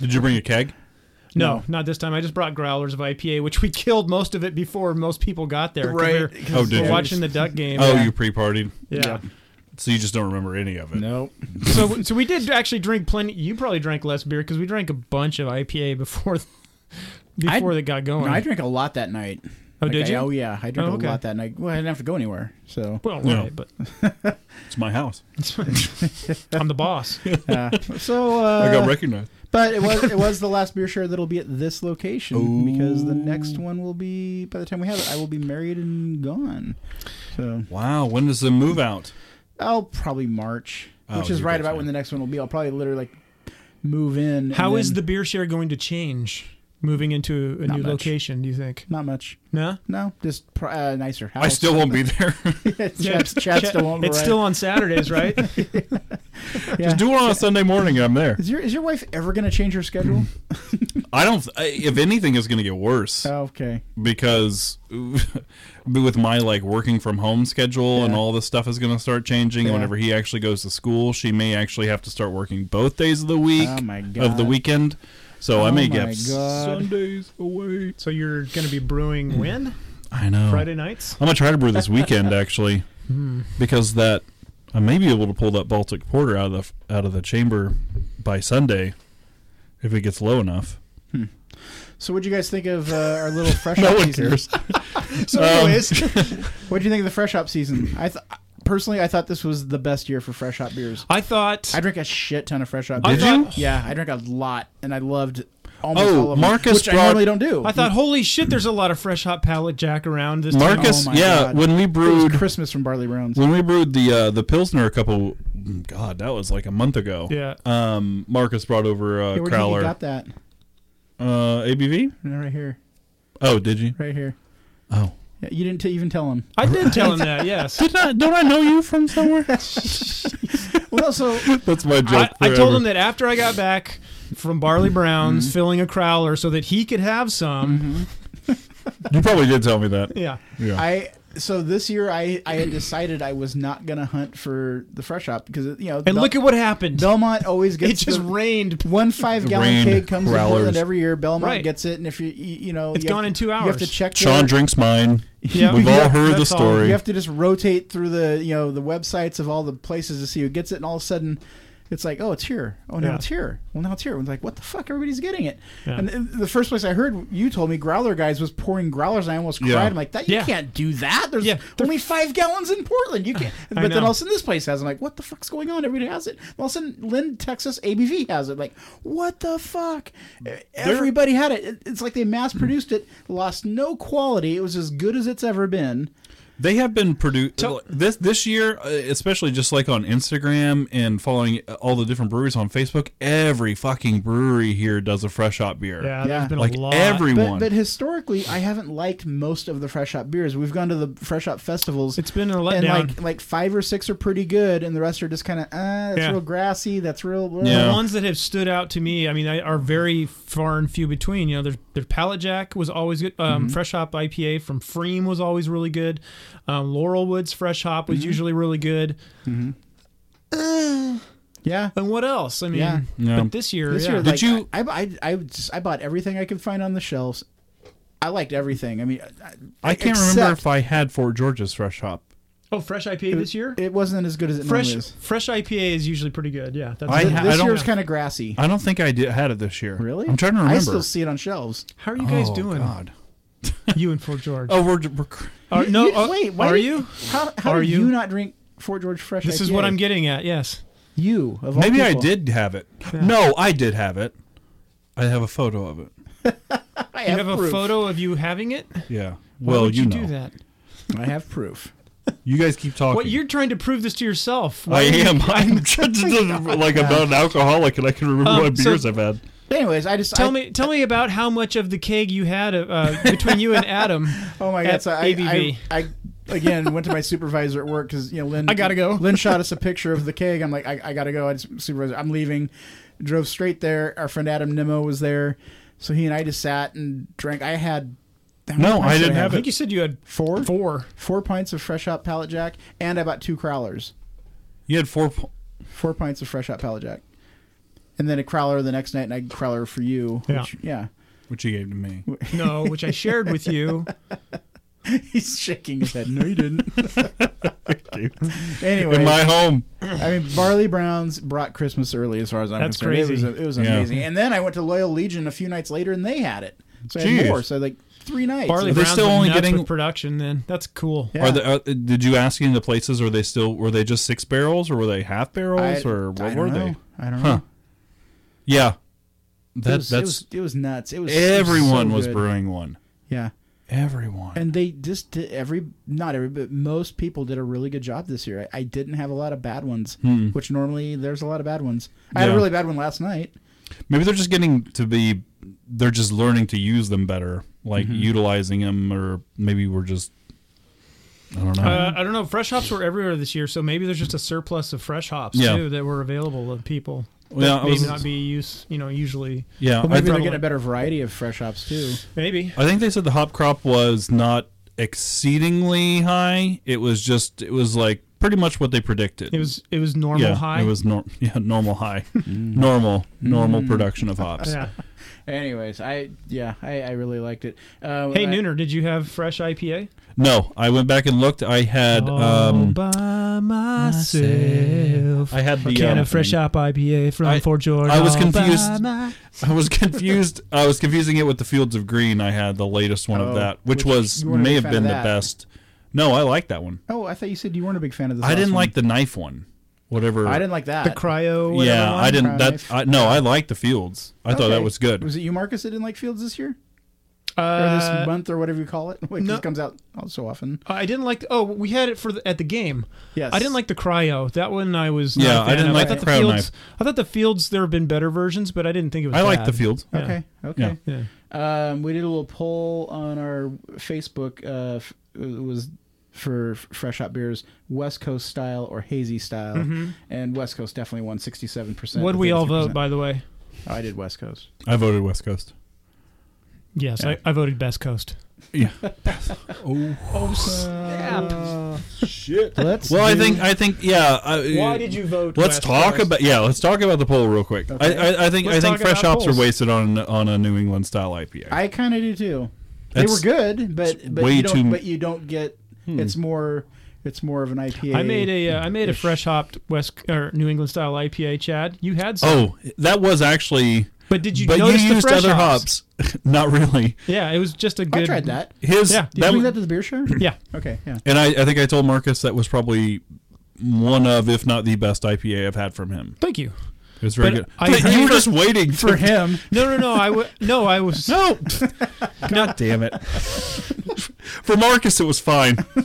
Did you bring [LAUGHS] a keg? No, No. not this time. I just brought growlers of IPA, which we [LAUGHS] killed most of it before most people got there. 'cause we were- Oh, did We're you? watching the duck game. Oh, you pre-partied, yeah. so you just don't remember any of it. Nope. so, so we did actually drink plenty. You probably drank less beer because we drank a bunch of IPA before, [LAUGHS] before I- they got going. No, I drank a lot that night. oh, Like, did I- you? oh yeah, I drank Oh, okay. a lot that night. Well, I didn't have to go anywhere, [LAUGHS] so Well, No. right, but It's my house. I'm the [LAUGHS] boss. so. Uh, I got recognized. But it was it was the last beer share that'll be at this location because the next one will be by the time we have it, I will be married and gone. So Wow, when does the move out? I'll probably March, Oh, which is you right got about time. when the next one will be. I'll probably literally like move in. How and is then- the beer share going to change moving into a Not new much. location? Do you think? not much? No. No, just pr- uh, nicer house. I still won't be there. [LAUGHS] [LAUGHS] Chad, Chad still won't. It's write. still on Saturdays, right? [LAUGHS] Yeah. Do it on a Sunday morning. I'm there. Is your is your wife ever gonna change her [CLEARS THROAT] schedule? I don't. I, if anything, is going to get worse oh, okay. because [LAUGHS] with my like working from home schedule and Yeah. all this stuff is going to start changing. And Yeah. whenever he actually goes to school, she may actually have to start working both days of the week Oh, my of the God. weekend. So I Oh, my may get God. Sundays away. so you're going to be brewing when? I know. Friday nights. I'm gonna try to [LAUGHS] brew this weekend actually, because that I may be able to pull that Baltic Porter out of the out of the chamber by Sunday, if it gets low enough. So what do you guys think of uh, [LAUGHS] our little fresh? No hop one season? cares. [LAUGHS] Um, So, anyways, [LAUGHS] what do you think of the fresh hop season? I th- personally, I thought this was the best year for fresh hop beers. I thought. I drank a shit ton of fresh hop. I beers. thought- Yeah, I drank a lot, and I loved almost Oh, all of them, Marcus which I brought- normally don't do. I thought, holy shit, there's a lot of fresh hot palate jack around this time. Marcus, Oh my yeah, God. when we it was brewed Christmas from Barley Browns. when we brewed the uh, the pilsner a couple, God, that was like a month ago. Yeah. Um, Marcus brought over a Hey, where do you think you crowler. got that? Uh, ABV? No, Right here, Oh, did you? right here. Oh. Yeah, you didn't t- even tell him. I did tell him that, yes. Did I, don't I know you from somewhere? Well, so That's my I, joke. I told forever. him that after I got back from Barley Brown's filling a crowler so that he could have some. you probably did tell me that. Yeah. Yeah. I so this year I I had decided I was not gonna hunt for the fresh hop because you know And look at what happened. Belmont always [LAUGHS] it gets just the- rained. One five gallon Rain keg comes in growlers. Portland every year. Belmont Right. gets it, and if you you you know It's you have gone in to- two You have to hours. check. Sean their- drinks mine. [LAUGHS] Yeah. We've all heard the That's all. story. You have to just rotate through the you know the websites of all the places to see who gets it, and all of a sudden. It's like, oh, it's here. Oh, now Yeah. it's here. Well, now it's here. It's like, what the fuck? Everybody's getting it. Yeah. And th- the first place I heard you told me Growler guys was pouring growlers, and I almost Yeah. cried. I'm like, that you Yeah. can't do that. There's Yeah. only five gallons in Portland. You can't. [LAUGHS] I But then know. all of a sudden this place has. it. I'm like, what the fuck's going on? Everybody has it. All of a sudden, Lynn, Texas ABV has it. Like, what the fuck? E, Everybody had it. It- It's like they mass produced it, lost no quality. It was as good as it's ever been. They have been produced this this year, uh, especially just like on Instagram and following uh, all the different breweries on Facebook. Every fucking brewery here does a fresh hop beer. Yeah, Yeah. there's been like a lot. everyone. But, but historically, I haven't liked most of the fresh hop beers. We've gone to the fresh hop festivals. It's been a and letdown. like like five or six are pretty good, and the rest are just kind of uh, that's Yeah. real grassy. That's real. blah." Yeah. the ones that have stood out to me, I mean, I, are very far and few between. You know, there's there's Pallet Jack was always good. Um, Mm-hmm. Fresh Hop IPA from Freem was always really good. Um, Laurel Woods Fresh Hop Mm-hmm. was usually really good. yeah. And what else? I mean, Yeah. Yeah. but this year, This yeah. year, Did like, you- I I, I, I just- I bought everything I could find on the shelves. I liked everything. I mean, I- I can't except- remember if I had Fort George's fresh hop. oh, Fresh IPA this year. it wasn't as good as it Fresh normally is. fresh IPA is usually pretty good. Yeah, that's I good. ha- This don't- year was kind of grassy. I don't think I did had it this year. Really? I'm trying to remember. I still see it on shelves. How are you guys oh, doing? God. You and Fort George. Oh, we're, we're cr- Are- no, You- uh, wait, why are did- you? How, how Are do you? you? not drink Fort George Fresh? This is IPA? what I'm getting at. Yes, You of all Maybe I people. did have it. No, I did have it. I have a photo of it. I You have, have a proof. photo of you having it? Why Yeah. well, would you, know. do that? I have proof. You guys keep talking. What you're trying to prove this to yourself. I Why are you- am. [LAUGHS] [LAUGHS] I'm just like I'm not an alcoholic, and I can remember Um, what so- beers I've had. Anyways, I just Tell I- me, tell me about how much of the keg you had uh, uh, between [LAUGHS] you and Adam. Oh my at god! So I, ABV. I, I again went to my supervisor at work because you know Lynn. I gotta go. Lynn shot us a picture of the keg. I'm like, I, I gotta go. I just supervisor. I'm leaving. Drove straight there. Our friend Adam Nimmo was there, so he and I just sat and drank. I had how many No, pints I did didn't I have think it. you said you had Four, four. four pints of fresh hot pallet jack, and I bought two crowlers. You had four. po- Four pints of fresh hot pallet jack, and then a crowler the next night, and I crowler for you. Yeah. which- yeah. [LAUGHS] Which you gave to me. No, which I shared with you. He's shaking his head. No, you didn't. [LAUGHS] anyway, In my home. I mean, Barley Browns brought Christmas early, as far as I'm That's concerned. crazy. It was, it was Yeah. amazing. And then I went to Loyal Legion a few nights later, and they had it. So I had Jeez. more. So like three nights. Barley Are they Brown's still were only nuts getting- with production. Then that's cool. Yeah. Are the, are, did you ask any of the places? Are they still? Were they just six barrels, or were they half barrels, I- or I what don't were know. they? I don't know. Huh. Yeah, It that was, it that's was it was nuts. It was it was everyone so was good. brewing one. Yeah, Everyone. and they just did every not every but most people did a really good job this year. I, I didn't have a lot of bad ones, which normally there's a lot of bad ones. I had a Hmm. Yeah. really bad one last night. Maybe they're just getting to be. They're just learning to use them better, like Mm-hmm. utilizing them, or maybe we're just. I don't know. Uh, I don't know. Fresh hops were everywhere this year, so maybe there's just a surplus of fresh hops Yeah. too that were available to people. Yeah, that I may was- not be use. You know, usually yeah, But maybe I, they're think- getting a better variety of fresh hops too. maybe. I think they said the hop crop was not exceedingly high. It was just. It was like pretty much what they predicted. It was it was normal yeah, high. It was nor- [LAUGHS] yeah, normal [LAUGHS] high, Mm. normal normal production of hops. Yeah. Anyways, I yeah, I, I really liked it. Uh, Hey I- Nooner, did you have fresh IPA? No, I went back and looked. I had Oh, um, by myself. I had the can um, of fresh hop IPA from I- Fort George. Oh, I was all by confused. my- [LAUGHS] I was confused. I was confusing it with the Fields of Green. I had the latest one Oh, of that, which, which was you weren't a may big have fan of been the that. best. No, I like that one. Oh, I thought you said you weren't a big fan of this. I last didn't one. like the knife one. Whatever. I didn't like that. The cryo. whatever yeah, one. I didn't. That Knife. I, no, I liked the Fields. I thought that Okay. was good. Was it you, Marcus, that didn't like Fields this year or this Uh, month or whatever you call it? [LAUGHS] Which no. just comes out all so often. I didn't like. Oh, we had it for the, at the game. Yes. I didn't like the cryo. That one I was. not Yeah, a fan I didn't of. like I the thought cryo fields. knife. I thought the fields. There have been better versions, but I didn't think it was. I liked bad. the Fields. Yeah. Okay. Okay. Yeah. Um, we did a little poll on our Facebook. Uh, f- it was for f- fresh hot beers, West Coast style or hazy style, Mm-hmm. and West Coast definitely won sixty-seven percent. What would Mm-hmm. we all vote? By the way. oh, I did West Coast. I voted West Coast. Yes, I, I voted best coast. Yeah. Let's Well, I do- think I think yeah. I, you vote? Let's talk about yeah. Let's talk about the poll real quick. I, I, I think Let's I talk think about fresh hops polls. are wasted on on a New England style IPA. I kind of do too. They That's- were good, but but way you don't too- but you don't get it's more it's more of an IPA. I made a uh, I made a fresh hopped West or New England style IPA. Chad, you had some. oh, that was actually. but did you but you notice the used fresh other hops? hops. [LAUGHS] Not really. Yeah, it was just a good. I tried that. His Yeah. Did you that, bring was that to the beer show? Yeah, Okay, yeah. and I, I think I told Marcus that was probably one of, if not the best IPA I've had from him. thank you. It was very But good. I you were heard- just waiting for him. No, no, no. I w- no, I was [LAUGHS] No. God [LAUGHS] damn it. for Marcus, it was fine. [LAUGHS]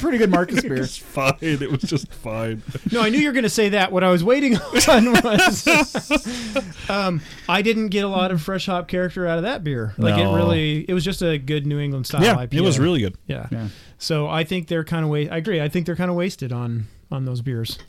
Pretty good Marcus It beer. was fine. It was just fine. No, I knew you were going to say that. What I was waiting [LAUGHS] on was um, I didn't get a lot of fresh hop character out of that beer. Like No. it really, it was just a good New England style yeah, IPA. it was really good. yeah. Yeah. So I think they're kind of wa- I agree. I think they're kind of wasted on on those beers. [LAUGHS]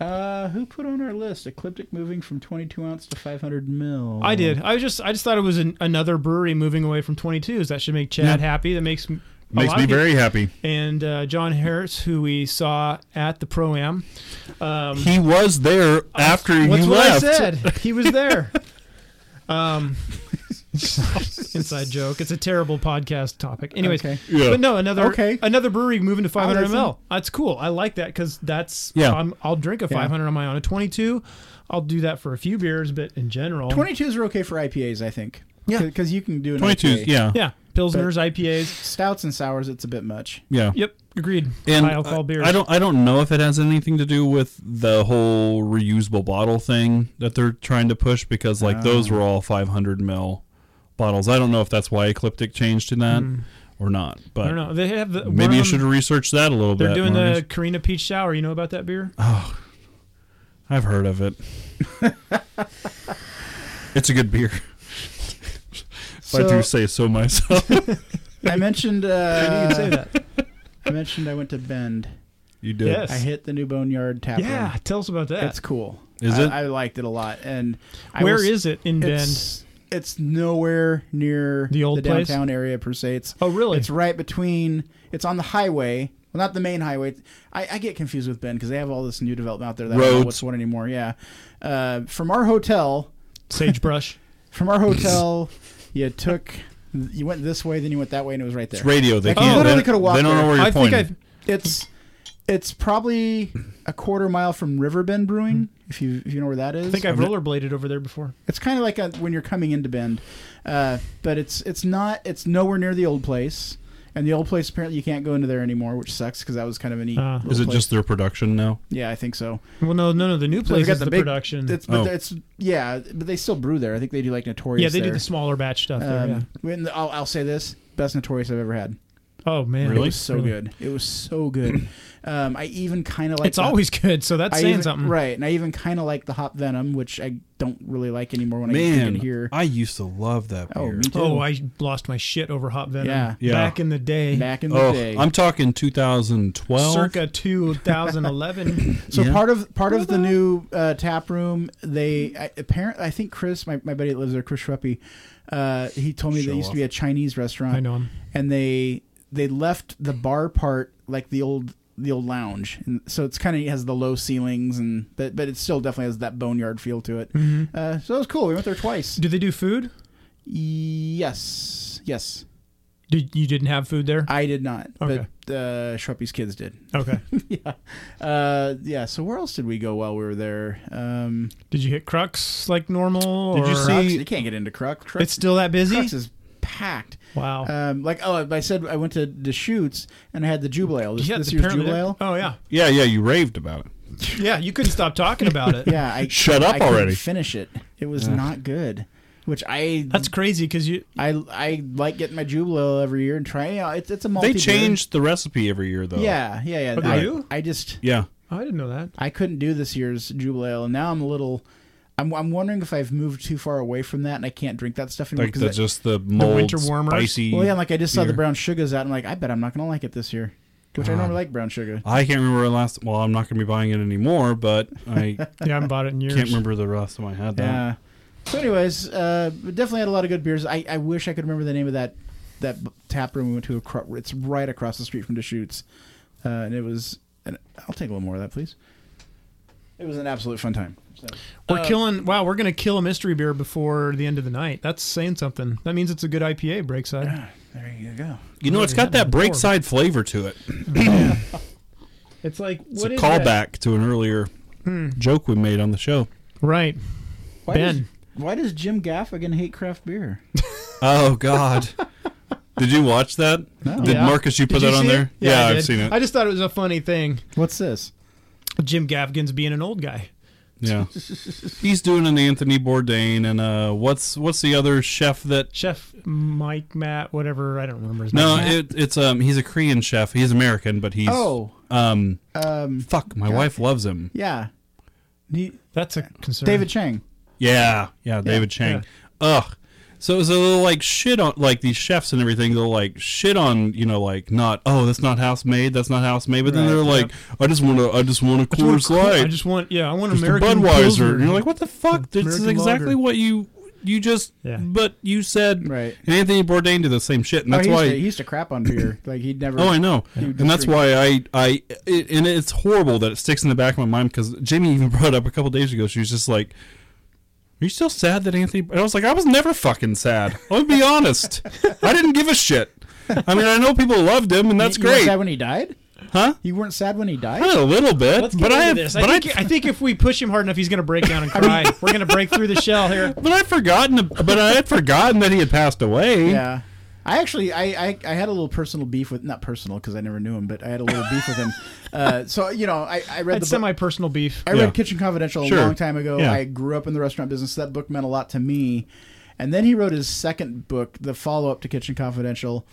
Uh, who put on our list? Ecliptic moving from 22 ounce to 500 mil. Oh. I did. I was just I just thought it was an, another brewery moving away from 22s. That should make Chad Yeah. happy. That makes m- a Makes lot me of people- very happy. And uh, John Harris, who we saw at the pro am. Um, He was there after you What's what left. I said. He was [LAUGHS] there. um, inside joke. It's a terrible podcast topic. Anyways, Okay. Yeah. but no, another Okay. another brewery moving to 500 listen. ml. That's cool. I like that because that's Yeah. I'm, I'll drink a 500 on my own. A 22, I'll do that for a few beers, but in general, 22s are okay for IPAs, I think. Yeah. because you can do an 22, IPA. yeah. yeah, pilsners, IPAs. Stouts and sours, it's a bit [LAUGHS] much. Yeah. Yep, agreed. And High alcohol I- beers. I don't I don't know if it has anything to do with the whole reusable bottle thing that they're trying to push because like those Ah. were all 500 ml bottles. I don't know if that's why Ecliptic changed to that or not. But Hmm. I don't know. They have the, maybe one you of should them- research that a little They're bit. doing Marcus. the Karina Peach Sour. You know about that beer? I've heard [LAUGHS] of it. it's a good beer. if I do say so myself. [LAUGHS] I mentioned you uh, can say [LAUGHS] that. I mentioned I went to Bend. you did. Yes. I hit the new Boneyard tap. Yeah, room. tell us about that. it's cool. Is I- it? I, liked it a lot. And Where I will- is it in Bend? It's, it's nowhere near The old place? downtown area per se. It's Oh, really? It's right between. It's on the highway. Well, not the main highway. I, I get confused with Bend because they have all this new development out there that I don't know Roads. what's what anymore. Yeah, uh, from our hotel, Sagebrush. from our hotel, you took, you went this way, then you went that way, and it was right there. It's radio. They Like, you can't. literally they, could have walked they don't there. know where you're I think I've pointing. It's it's probably a quarter mile from Riverbend Brewing, if you if you know where that is. I think I've rollerbladed over there before. It's kind of like a, when you're coming into Bend, uh, but it's it's not it's nowhere near the old place. And the old place apparently you can't go into there anymore, which sucks because that was kind of a neat. Ah. little Is it place. just their production now? Yeah, I think so. Well, no, no, no. The new So they've place got is the, big- production. It's, but Oh. it's yeah, but they still brew there. I think they do like notorious. yeah, they do there. the smaller batch stuff there. Um, and I'll, I'll say this: best notorious I've ever had. yeah. Oh man, It was so good. It was so good. [CLEARS THROAT] um, I even kind of like. It's the- always good. So that's I saying even- something. right? And I even kind of like the hop venom, which I don't really like anymore when I drink Man, it here. I used to love that oh, beer. me too. Oh, I lost my shit over hop venom. Yeah. Yeah. Back in the day, back in the Oh, day. I'm talking 2012. circa [LAUGHS] 2011. So Yeah. part of part of the Mm-hmm. new uh, tap room, they I, apparently I think Chris, my, my buddy that lives there, Chris Shruppy, uh, he told me there Show used to be a Chinese restaurant. I know him. And they they left the bar part like the old the old lounge, and so it's kind of it has the low ceilings and but but it still definitely has that boneyard feel to it. Mm-hmm. Uh, so it was cool. We went there twice. Do they do food? Yes, yes. Did you didn't have food there? I did not, Okay. but uh, Shruppy's kids [LAUGHS] did. Okay. [LAUGHS] yeah, uh, yeah. So where else did we go while we were there? Um, Did you hit Crux like normal? Did you or- see- Crux, you can't get into Crux. Crux It's still that busy. Crux is packed. wow. Um, like oh, I said I went to Deschutes and I had the Jubilee Ale. This, yeah, this year's apparently Jubilee that- Ale. Oh yeah, Yeah, yeah, you raved about it. yeah. You couldn't stop talking about it. [LAUGHS] [LAUGHS] Yeah, I Shut up I couldn't already. Finish it. It was not good. Which I That's crazy because you. I I like getting my Jubilee Ale every year and trying. it out. It's it's a multi. They changed the recipe every year, though. Yeah, Mm-hmm. yeah, yeah. Oh, they I, do? I just Yeah. Oh, I didn't know that. I couldn't do this year's Jubilee Ale, and now I'm a little. I'm, I'm wondering if I've moved too far away from that, and I can't drink that stuff anymore. Like 'cause the, I- just the mold, winter warmers. spicy. Well, yeah, like I just saw the beer. brown sugars out, and like I bet I'm not gonna like it this year, which I normally like brown sugar. I can't remember the last. Well, I'm not going to be buying it [LAUGHS] anymore, but I Yeah, I haven't bought it in years. can't remember the last time I had that. Yeah. So, anyways, uh, but definitely had a lot of good beers. I, I wish I could remember the name of that that b- tap room we went to. Acro- it's right across the street from Deschutes, uh, and it was. And I'll take a little more of that, please. It was an absolute fun time. So, We're killing. Wow, we're gonna kill a mystery beer before the end of the night. That's saying something. That means it's a good IPA, Breakside. there you go. You know, it's got that breakside flavor to it. It's like It's what a is that? callback to an earlier Hmm. joke we made on the show. Right. Why Ben. Does, why does Jim Gaffigan hate craft beer? Oh [LAUGHS] God! did you watch that? Did Yeah. Marcus you put Did you that on see there? it? I I've did. seen it. I just thought it was a funny thing. What's this? Jim Gaffigan's being an old guy. yeah, [LAUGHS] he's doing an Anthony Bourdain and uh, what's what's the other chef that? Chef Mike Matt, whatever. I don't remember his No, name. it, it's um, he's a Korean chef. He's American, but he's Oh, um, um, fuck. My wife loves him. yeah. He- That's a concern. David Chang. Yeah, yeah, David Chang. Ugh. So it was a little like shit on like these chefs and everything. They'll like shit on you know like not oh that's not house made that's not house made. But then Right, they're like I just want to I just want a Coors Cool. Light. I just want, yeah, I want Just a American Budweiser. Pilsner. And you're like, what the fuck? This is American exactly lager. what you you just. Yeah. But you said Right. And Anthony Bourdain did the same shit, and that's oh, he why. used to, he used to crap on beer. like he'd never. oh, I know, He would and that's drink- why I I it, and it's horrible that it sticks in the back of my mind because Jamie even [LAUGHS] brought it up a couple days ago. She was just like. Are you still sad that Anthony? And I was like, I was never fucking sad. I'll be honest. I didn't give a shit. I mean, I know people loved him, and that's You weren't great, sad when he died? huh? You weren't sad when he died? A little bit, Let's get but into I, this. but I, think, I think if we push him hard enough, he's going to break down [LAUGHS] and cry. We're going to break through the shell here. but I'd forgotten, but I had forgotten that he had passed away. Yeah. I actually, I, I, I had a little personal beef with not personal because I never knew him, but I had a little beef with [LAUGHS] him. Uh, so you know, I, I read That's the book- semi personal beef. I read Yeah. Kitchen Confidential a Sure. long time ago. Yeah. I grew up in the restaurant business. so that book meant a lot to me. And then he wrote his second book, the follow up to Kitchen Confidential.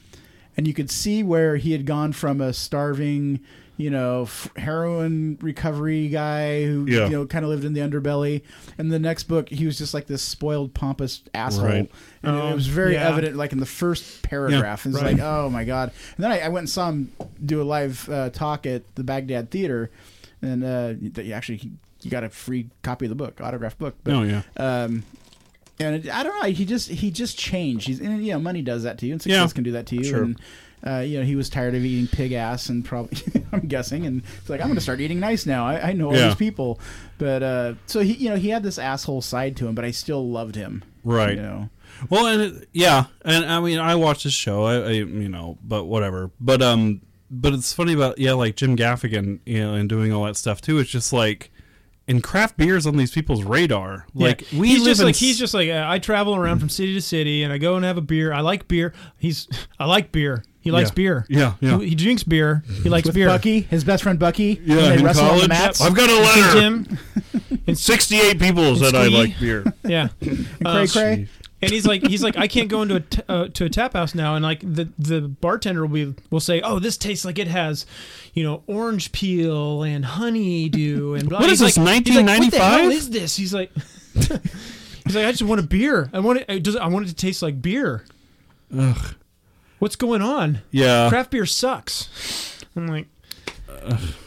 And you could see where he had gone from a starving, you know, f- heroin recovery guy who, Yeah. you know, kind of lived in the underbelly. And the next book, he was just like this spoiled, pompous asshole. Right. Oh, And it was very yeah. evident, like in the first paragraph. and it's right. like, oh my god. And then I, I went and saw him do a live uh, talk at the Baghdad Theater, and uh, that you actually he, you got a free copy of the book, autographed book. But, Oh yeah. uh, Um, and it, I don't know. He just he just changed. He's and, you know money does that to you, and success Yeah. can do that to you. Sure. And uh, you know he was tired of eating pig ass, and probably [LAUGHS] I'm guessing, and it's like I'm going to start eating nice now. I, I know all Yeah. these people, but uh, so he you know he had this asshole side to him, but I still loved him. Right. You know. Well, and it, yeah, and I mean, I watch this show, I, I you know, but whatever. But um, but it's funny about yeah, like Jim Gaffigan, you know, and doing all that stuff too. It's just like, and craft beer's on these people's radar. Like Yeah. we he's live just in like s- he's just like uh, I travel around from city to city and I go and have a beer. I like beer. He's [LAUGHS] I like beer. He likes Yeah. beer. Yeah, yeah. He, he drinks beer. He likes With beer. Bucky, his best friend Bucky, when yeah they in wrestle on the college. mats. I've got a To letter. Jim. And Sixty-eight people said I Squee. [LAUGHS] like beer. [LAUGHS] yeah. Cray Uh, cray. And he's like, he's like, I can't go into a t- uh, to a tap house now, and like the the bartender will be will say, oh, this tastes like it has, you know, orange peel and honeydew and [LAUGHS] blah. What he's is this, like, he's like, what the hell 1995? is this? He's like, [LAUGHS] he's like, I just want a beer. I want it. I, just, I want it to taste like beer. Ugh. What's going on? Uh. Yeah, Craft beer sucks. I'm like,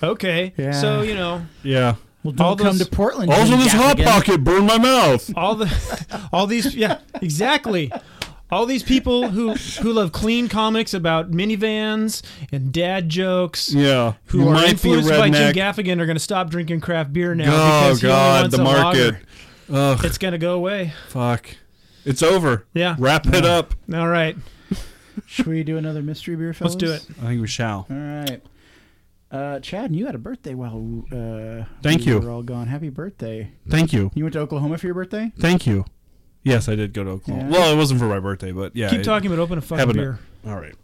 okay. Yeah. So you know, yeah. Well, don't all come those- to Portland. Also, Jim this hot Gaffigan. pocket burned my mouth. all the all these yeah exactly all these people who who love clean comics about minivans and dad jokes Yeah, who You are might be influenced a by Jim redneck. Gaffigan are going to stop drinking craft beer now Oh because he only God, wants the a market. lager. It's going to go away. Fuck, it's over. Yeah. wrap it up. All right, Should we do another mystery beer? Fellas? let's do it. I think we shall. All right. Uh, Chad, you had a birthday while uh, Thank we you. were all gone. Happy birthday! Thank you. You went to Oklahoma for your birthday. Thank you. Yes, I did go to Oklahoma. Yeah. Well, it wasn't for my birthday, but yeah. Keep I- talking, but open a fucking having a- beer. All right.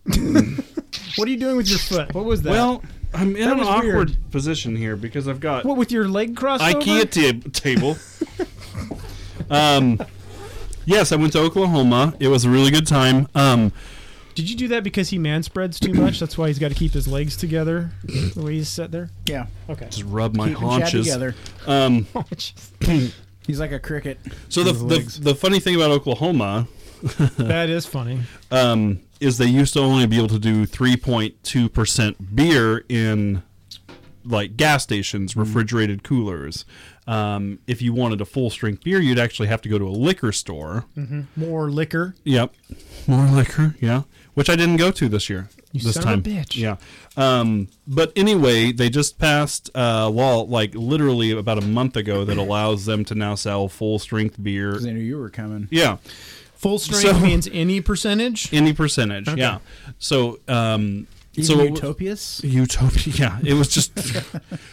What are you doing with your foot? What was that? Well, I'm in an was awkward weird. position here because I've got what with your leg crossed IKEA over? ta- table. um, yes, I went to Oklahoma. It was a really good time. Um, Did you do that because he manspreads too much? That's why he's got to keep his legs together the way he's set there. [LAUGHS] Yeah, Okay. just rub my keeping Chad haunches. together. Um, He's like a cricket. so the, His legs. the the funny thing about Oklahoma that is funny. um, is they used to only be able to do 3.2% beer in like gas stations, Mm-hmm. refrigerated coolers. Um, if you wanted a full strength beer, you'd actually have to go to a liquor store. Mm-hmm. More liquor. Yep. More liquor, yeah. Which I didn't go to this year. You this son time. of a bitch. Yeah. Um, but anyway, they just passed a law like literally about a month [CLEARS THROAT] ago that allows them to now sell full strength beer. 'Cause I knew you were coming. Yeah. Full strength So- means any percentage. Any percentage. Yeah. So um Even so it w- Utopius. utopia [LAUGHS] yeah it was just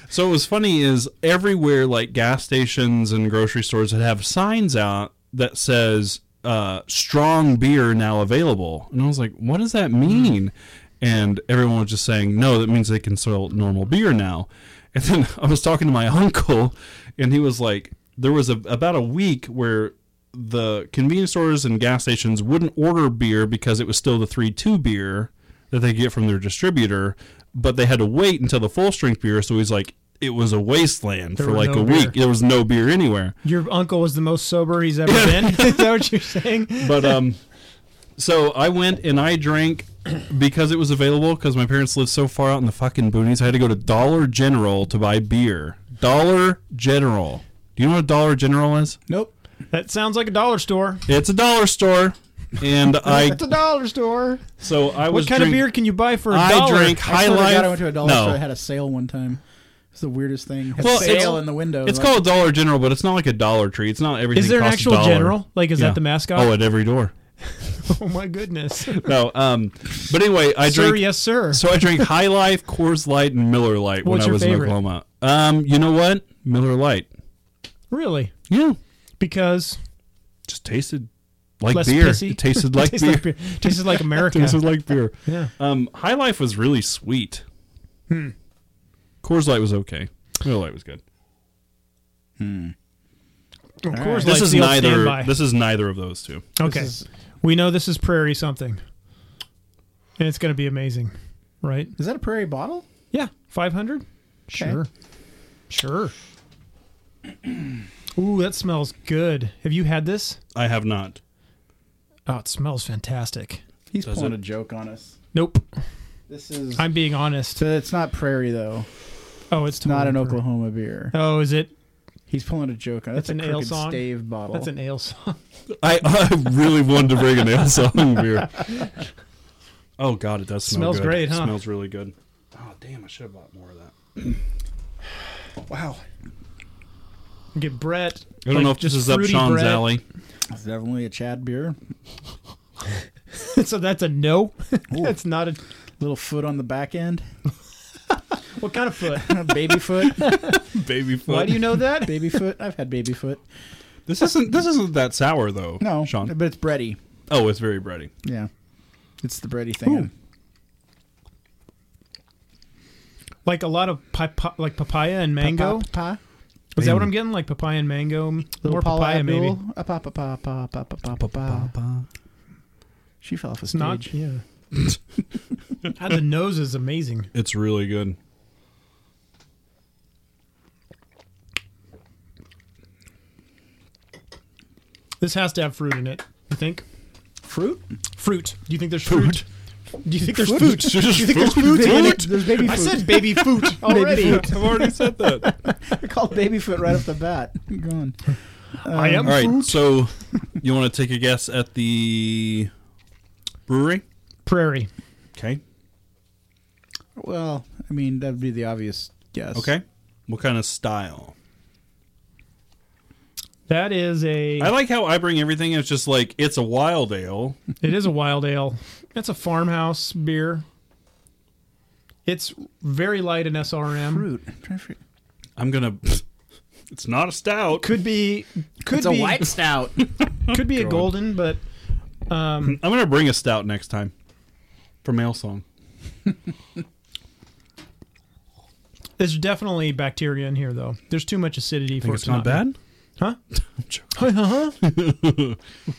so what was funny is everywhere like gas stations and grocery stores that have signs out that says uh strong beer now available and i was like what does that mean and everyone was just saying no that means they can sell normal beer now [LAUGHS] and then i was talking to my uncle and he was like there was a, about a week where the convenience stores and gas stations wouldn't order beer because it was still the 3-2 beer that they get from their distributor, but they had to wait until the full strength beer. So he's like, it was a wasteland for were like no a beer. week. There was no beer anywhere. Your uncle was the most sober he's ever been. [LAUGHS] Is that [LAUGHS] what you're saying? [LAUGHS] But um, so I went and I drank because it was available because my parents lived so far out in the fucking boonies. I had to go to Dollar General to buy beer. Dollar General. Do you know what Dollar General is? Nope. That sounds like a dollar store. It's a dollar store. [LAUGHS] And I It's a dollar store. so I was What kind of drink- beer can you buy for a I dollar? drank High I swear to Life. God, I went to a dollar no. store that had a sale one time. It's the weirdest thing. Had Well, it's- sale in the window. It's like- called Dollar General, but it's not like a Dollar Tree. It's not everything. Is there an costs a actual dollar. general? Like, is Yeah. that the mascot? Oh, at every door. [LAUGHS] Oh, my goodness. No, um, but anyway, I sir, drink. yes, sir. So [LAUGHS] I drank High Life, Coors Light, and Miller Light What's when I your was favorite? in Oklahoma. Um, you know what? Miller Light. really? Yeah, [LAUGHS] Because just tasted like less beer. pissy. [LAUGHS] It tasted like tastes beer. like beer. Tastes like America. [LAUGHS] tasted like beer. yeah. Um, High Life was really sweet. Hmm. Coors Light was okay. Miller Light was good. Of course, This is neither. This, This is neither of those two. okay, is- we know this is prairie something, and it's going to be amazing, right? Is that a prairie bottle? Yeah, five hundred. Sure, sure. [CLEARS THROAT] Ooh, that smells good. Have you had this? I have not. Oh, it smells fantastic. He's Does pulling it? a joke on us. Nope, This is. I'm being honest. so it's not prairie though. Oh, it's It's not totally an prairie. Oklahoma beer. Oh, is it? He's pulling a joke on. That's, That's an a ale crooked song? stave bottle. That's an ale song. [LAUGHS] I, [LAUGHS] I really wanted to bring an ale song beer. Oh God, it does smell Smells good. great, huh? Smells really good. Oh damn! I should have bought more of that. wow. Get Brett. I don't like, know if this just is up fruity Sean's Brett. alley. It's definitely a Chad beer. [LAUGHS] so that's a no. [LAUGHS] that's not a. Little foot on the back end. [LAUGHS] What kind of [LAUGHS] foot? [LAUGHS] baby foot. Baby foot. Why do you know that? Baby foot. I've had baby foot. This isn't. This isn't that sour though. No, Sean. but it's bready. Oh, it's very bready. Yeah, it's the bready thing. like a lot of pi- pi- like papaya and mango. Pa- pa- pa- Is that what I'm getting? Like papaya and mango, Little more Paula papaya Abdul. maybe. Ah, pa- pa- pa- pa- pa- pa- pa- pa- pa. She fell off a It's not. stage. Yeah. [LAUGHS] God, the nose is amazing. It's really [LAUGHS] good. This has to have fruit in it. You think? Fruit? Fruit. Do you think there's fruit? Do you think there's fruit? It's just Do you think there's food. fruit in it? There's baby foot. I said [LAUGHS] baby fruit already. I've already said that. I called baby foot right off the bat. [LAUGHS] Gone. I am All right. fruit. So, you want to take a guess at the brewery? Prairie. Okay. Well, I mean that'd be the obvious guess. Okay. What kind of style? That is a. I like how I bring everything. It's just like it's a wild ale. It is a wild ale. It's a farmhouse beer. It's very light in SRM. Fruit. I'm trying to figure- I'm gonna. It's not a stout. Could be. Could It's a be. white stout. Could be a golden, but um, I'm gonna bring a stout next time. From Ale Song. there's definitely bacteria in here, though. There's too much acidity for it It's to not bad. [LAUGHS] Huh? [LAUGHS] Uh-huh.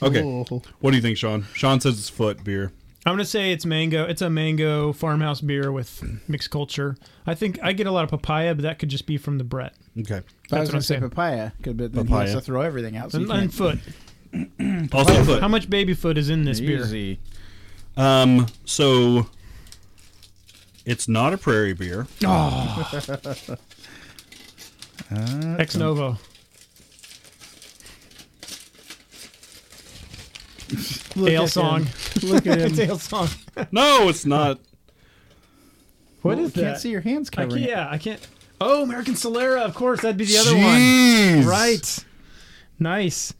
Okay. Oh. What do you think, Sean? Sean says it's foot beer. I'm gonna say it's mango. It's a mango farmhouse beer with mixed culture. I think I get a lot of papaya, but that could just be from the Brett I Okay. was what I'm gonna say saying. papaya, could but then Papaya. he has to throw everything out. So you and, can't. and foot. Also foot. How much baby foot is in this beer? Easy. Um, so it's not a prairie [LAUGHS] beer. Ex novo. Look Ale at song. him. [LAUGHS] Look at It's him. ale song. No, it's not. What Well, is Can't that? see your hands I covering. can't, it. yeah, I can't. Oh, American Solera, of course. That'd be the other one. Right. Nice.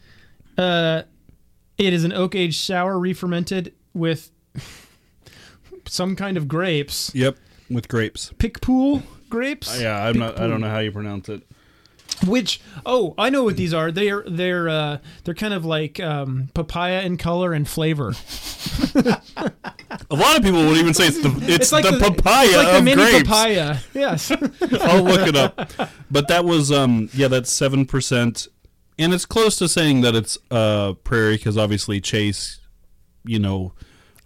Uh, it is an oak aged sour re-fermented with [LAUGHS] some kind of grapes. Yep, with grapes. Pickpool Uh, grapes. Yeah, I'm not. I don't know how you pronounce it. Which oh, I know what these are. They're they're uh, they're kind of like um, papaya in color and flavor. A lot of people would even say it's the [LAUGHS] it's, It's like the, the- papaya It's like the of mini grapes. Um, papaya. [LAUGHS] Yes. I'll look it up. But that was um yeah that's seven percent, and it's close to saying that it's uh prairie because obviously Chase, you know,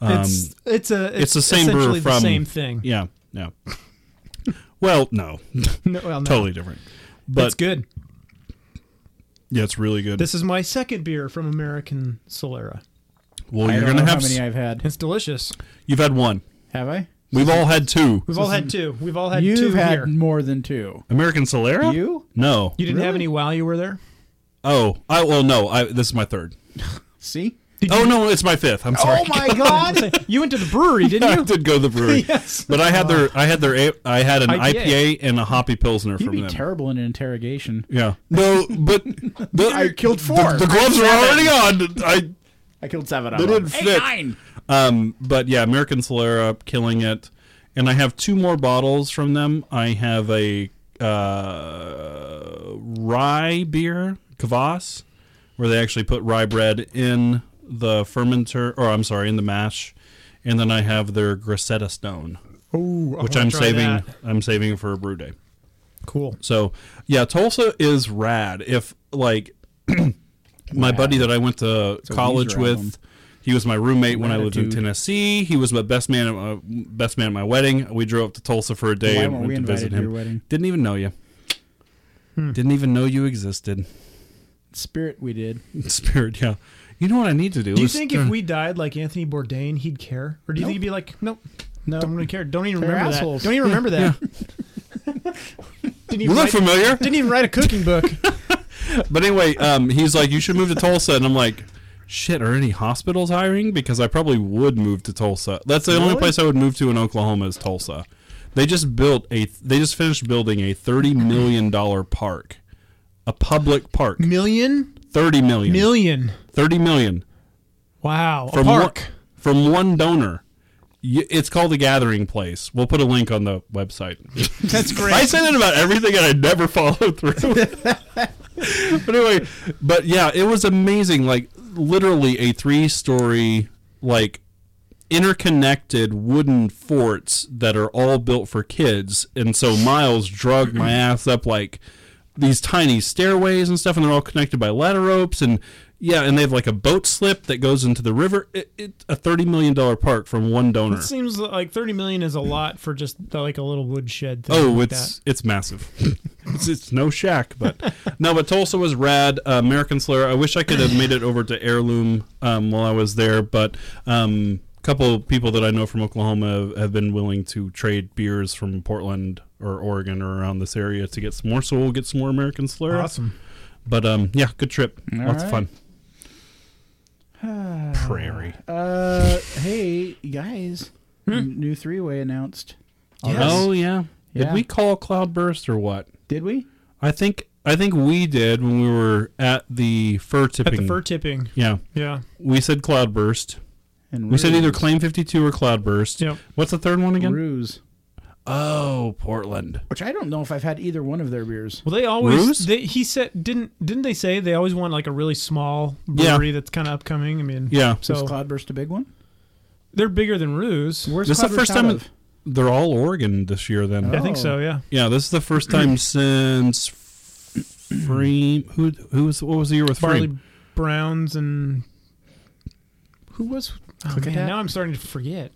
um, it's it's a it's, it's the same brewer essentially the from- same thing. yeah yeah. well, no, [LAUGHS] No, well, no. totally different. But it's good. yeah, it's really good. This is my second beer from American Solera. well, I you're don't gonna know have how many s- I've had. It's delicious. you've had one. Have I? We've all had two. We've all had two. We've all had two You've here. had more than two. American Solera? You? No. you didn't have any while you were there. Oh, I well no. I this is my third. See? Oh no, it's my fifth. I'm sorry. Oh [LAUGHS] [LAUGHS] my god! You went to the brewery, didn't [LAUGHS] I you? did go to the brewery. Yes. But I had their I had their a- I had an IPA. IPA, and a hoppy pilsner You'd from be them. terrible in an interrogation. yeah. No, [LAUGHS] but the, I killed four. The, the gloves are already on. [LAUGHS] I I killed seven they of them. didn't fit. Um, but yeah, American Solera killing it, and I have two more bottles from them. I have a uh, rye beer kvass, where they actually put rye bread in the fermenter, or I'm sorry, in the mash, and then I have their Grissetta stone, Oh, which I'm saving. That. I'm saving for a brew day. Cool. So yeah, Tulsa is rad. If like [CLEARS THROAT] my buddy that I went to college Weezer with, album. he was my roommate when I lived in Ratitude. Tennessee. He was my best man at my best man at my wedding. We drove up to Tulsa for a day Why weren't and went we to invited visit to him. your wedding? Hmm. Didn't even know you. Didn't even know you existed. [LAUGHS] Spirit, we did. Spirit, yeah. You know what I need to do? Do you is- think if we died like Anthony Bourdain, he'd care, or do you think he'd be like, nope, No, don't really care, don't even They're remember assholes. that, don't even remember that. [LAUGHS] didn't, you even look write, familiar? didn't even write a cooking book. But anyway, um, he's like, you should move to Tulsa, and I'm like, shit, are any hospitals hiring? Because I probably would move to Tulsa. That's the only place I would move to in Oklahoma is Tulsa. They just built a, they just finished building a thirty million dollar park, a public park, [LAUGHS] Million, thirty million, million. thirty million Wow, a from park. One, from one donor. Y- It's called the Gathering Place. We'll put a link on the website. [LAUGHS] that's great. I say that about everything and I never [LAUGHS] follow through. but anyway, [LAUGHS] but yeah, it was amazing. Like literally a three story, like interconnected wooden forts that are all built for kids. And so Miles drug my ass up like these tiny stairways and stuff, and they're all connected by ladder ropes and yeah, and they have like a boat slip that goes into the river. It, it, a thirty million dollar park from one donor. It seems like thirty million is a lot for just uh, like a little woodshed thing. Oh, like it's that. it's massive. [LAUGHS] it's, it's no shack, but no. But Tulsa was rad. Uh, American Slayer. I wish I could have made it over to Heirloom um, while I was there, but um, a couple people that I know from Oklahoma have, have been willing to trade beers from Portland or Oregon or around this area to get some more. So we'll get some more American Slayer. awesome. But um, yeah, good trip. All Lots of right. fun. Prairie. [SIGHS] Uh, hey guys, N- new three way announced. Oh yeah. Did Yeah. we call Cloudburst or what? Did we? I think I think we did when we were at the fur At tipping. the fur tipping. yeah. Yeah. We said Cloudburst. And We said either Claim 52 or Cloudburst. Yep. What's the third one again? Ruse, Oh, Portland. which I don't know if I've had either one of their beers. Well, they always Ruse? they, he said didn't didn't they say they always want like a really small Yeah. brewery that's kind of upcoming. I mean, Yeah. Is So Cloudburst a big one? they're bigger than Ruse. Where's This is the Cloudburst first out time- of? They're all Oregon this year then. I think so. Yeah. Yeah, this is the [CLEARS THROAT] first time since Frame who who was what was the year with Barley Frame? Browns and who was? Oh, Click man, Attack? now I'm starting to forget.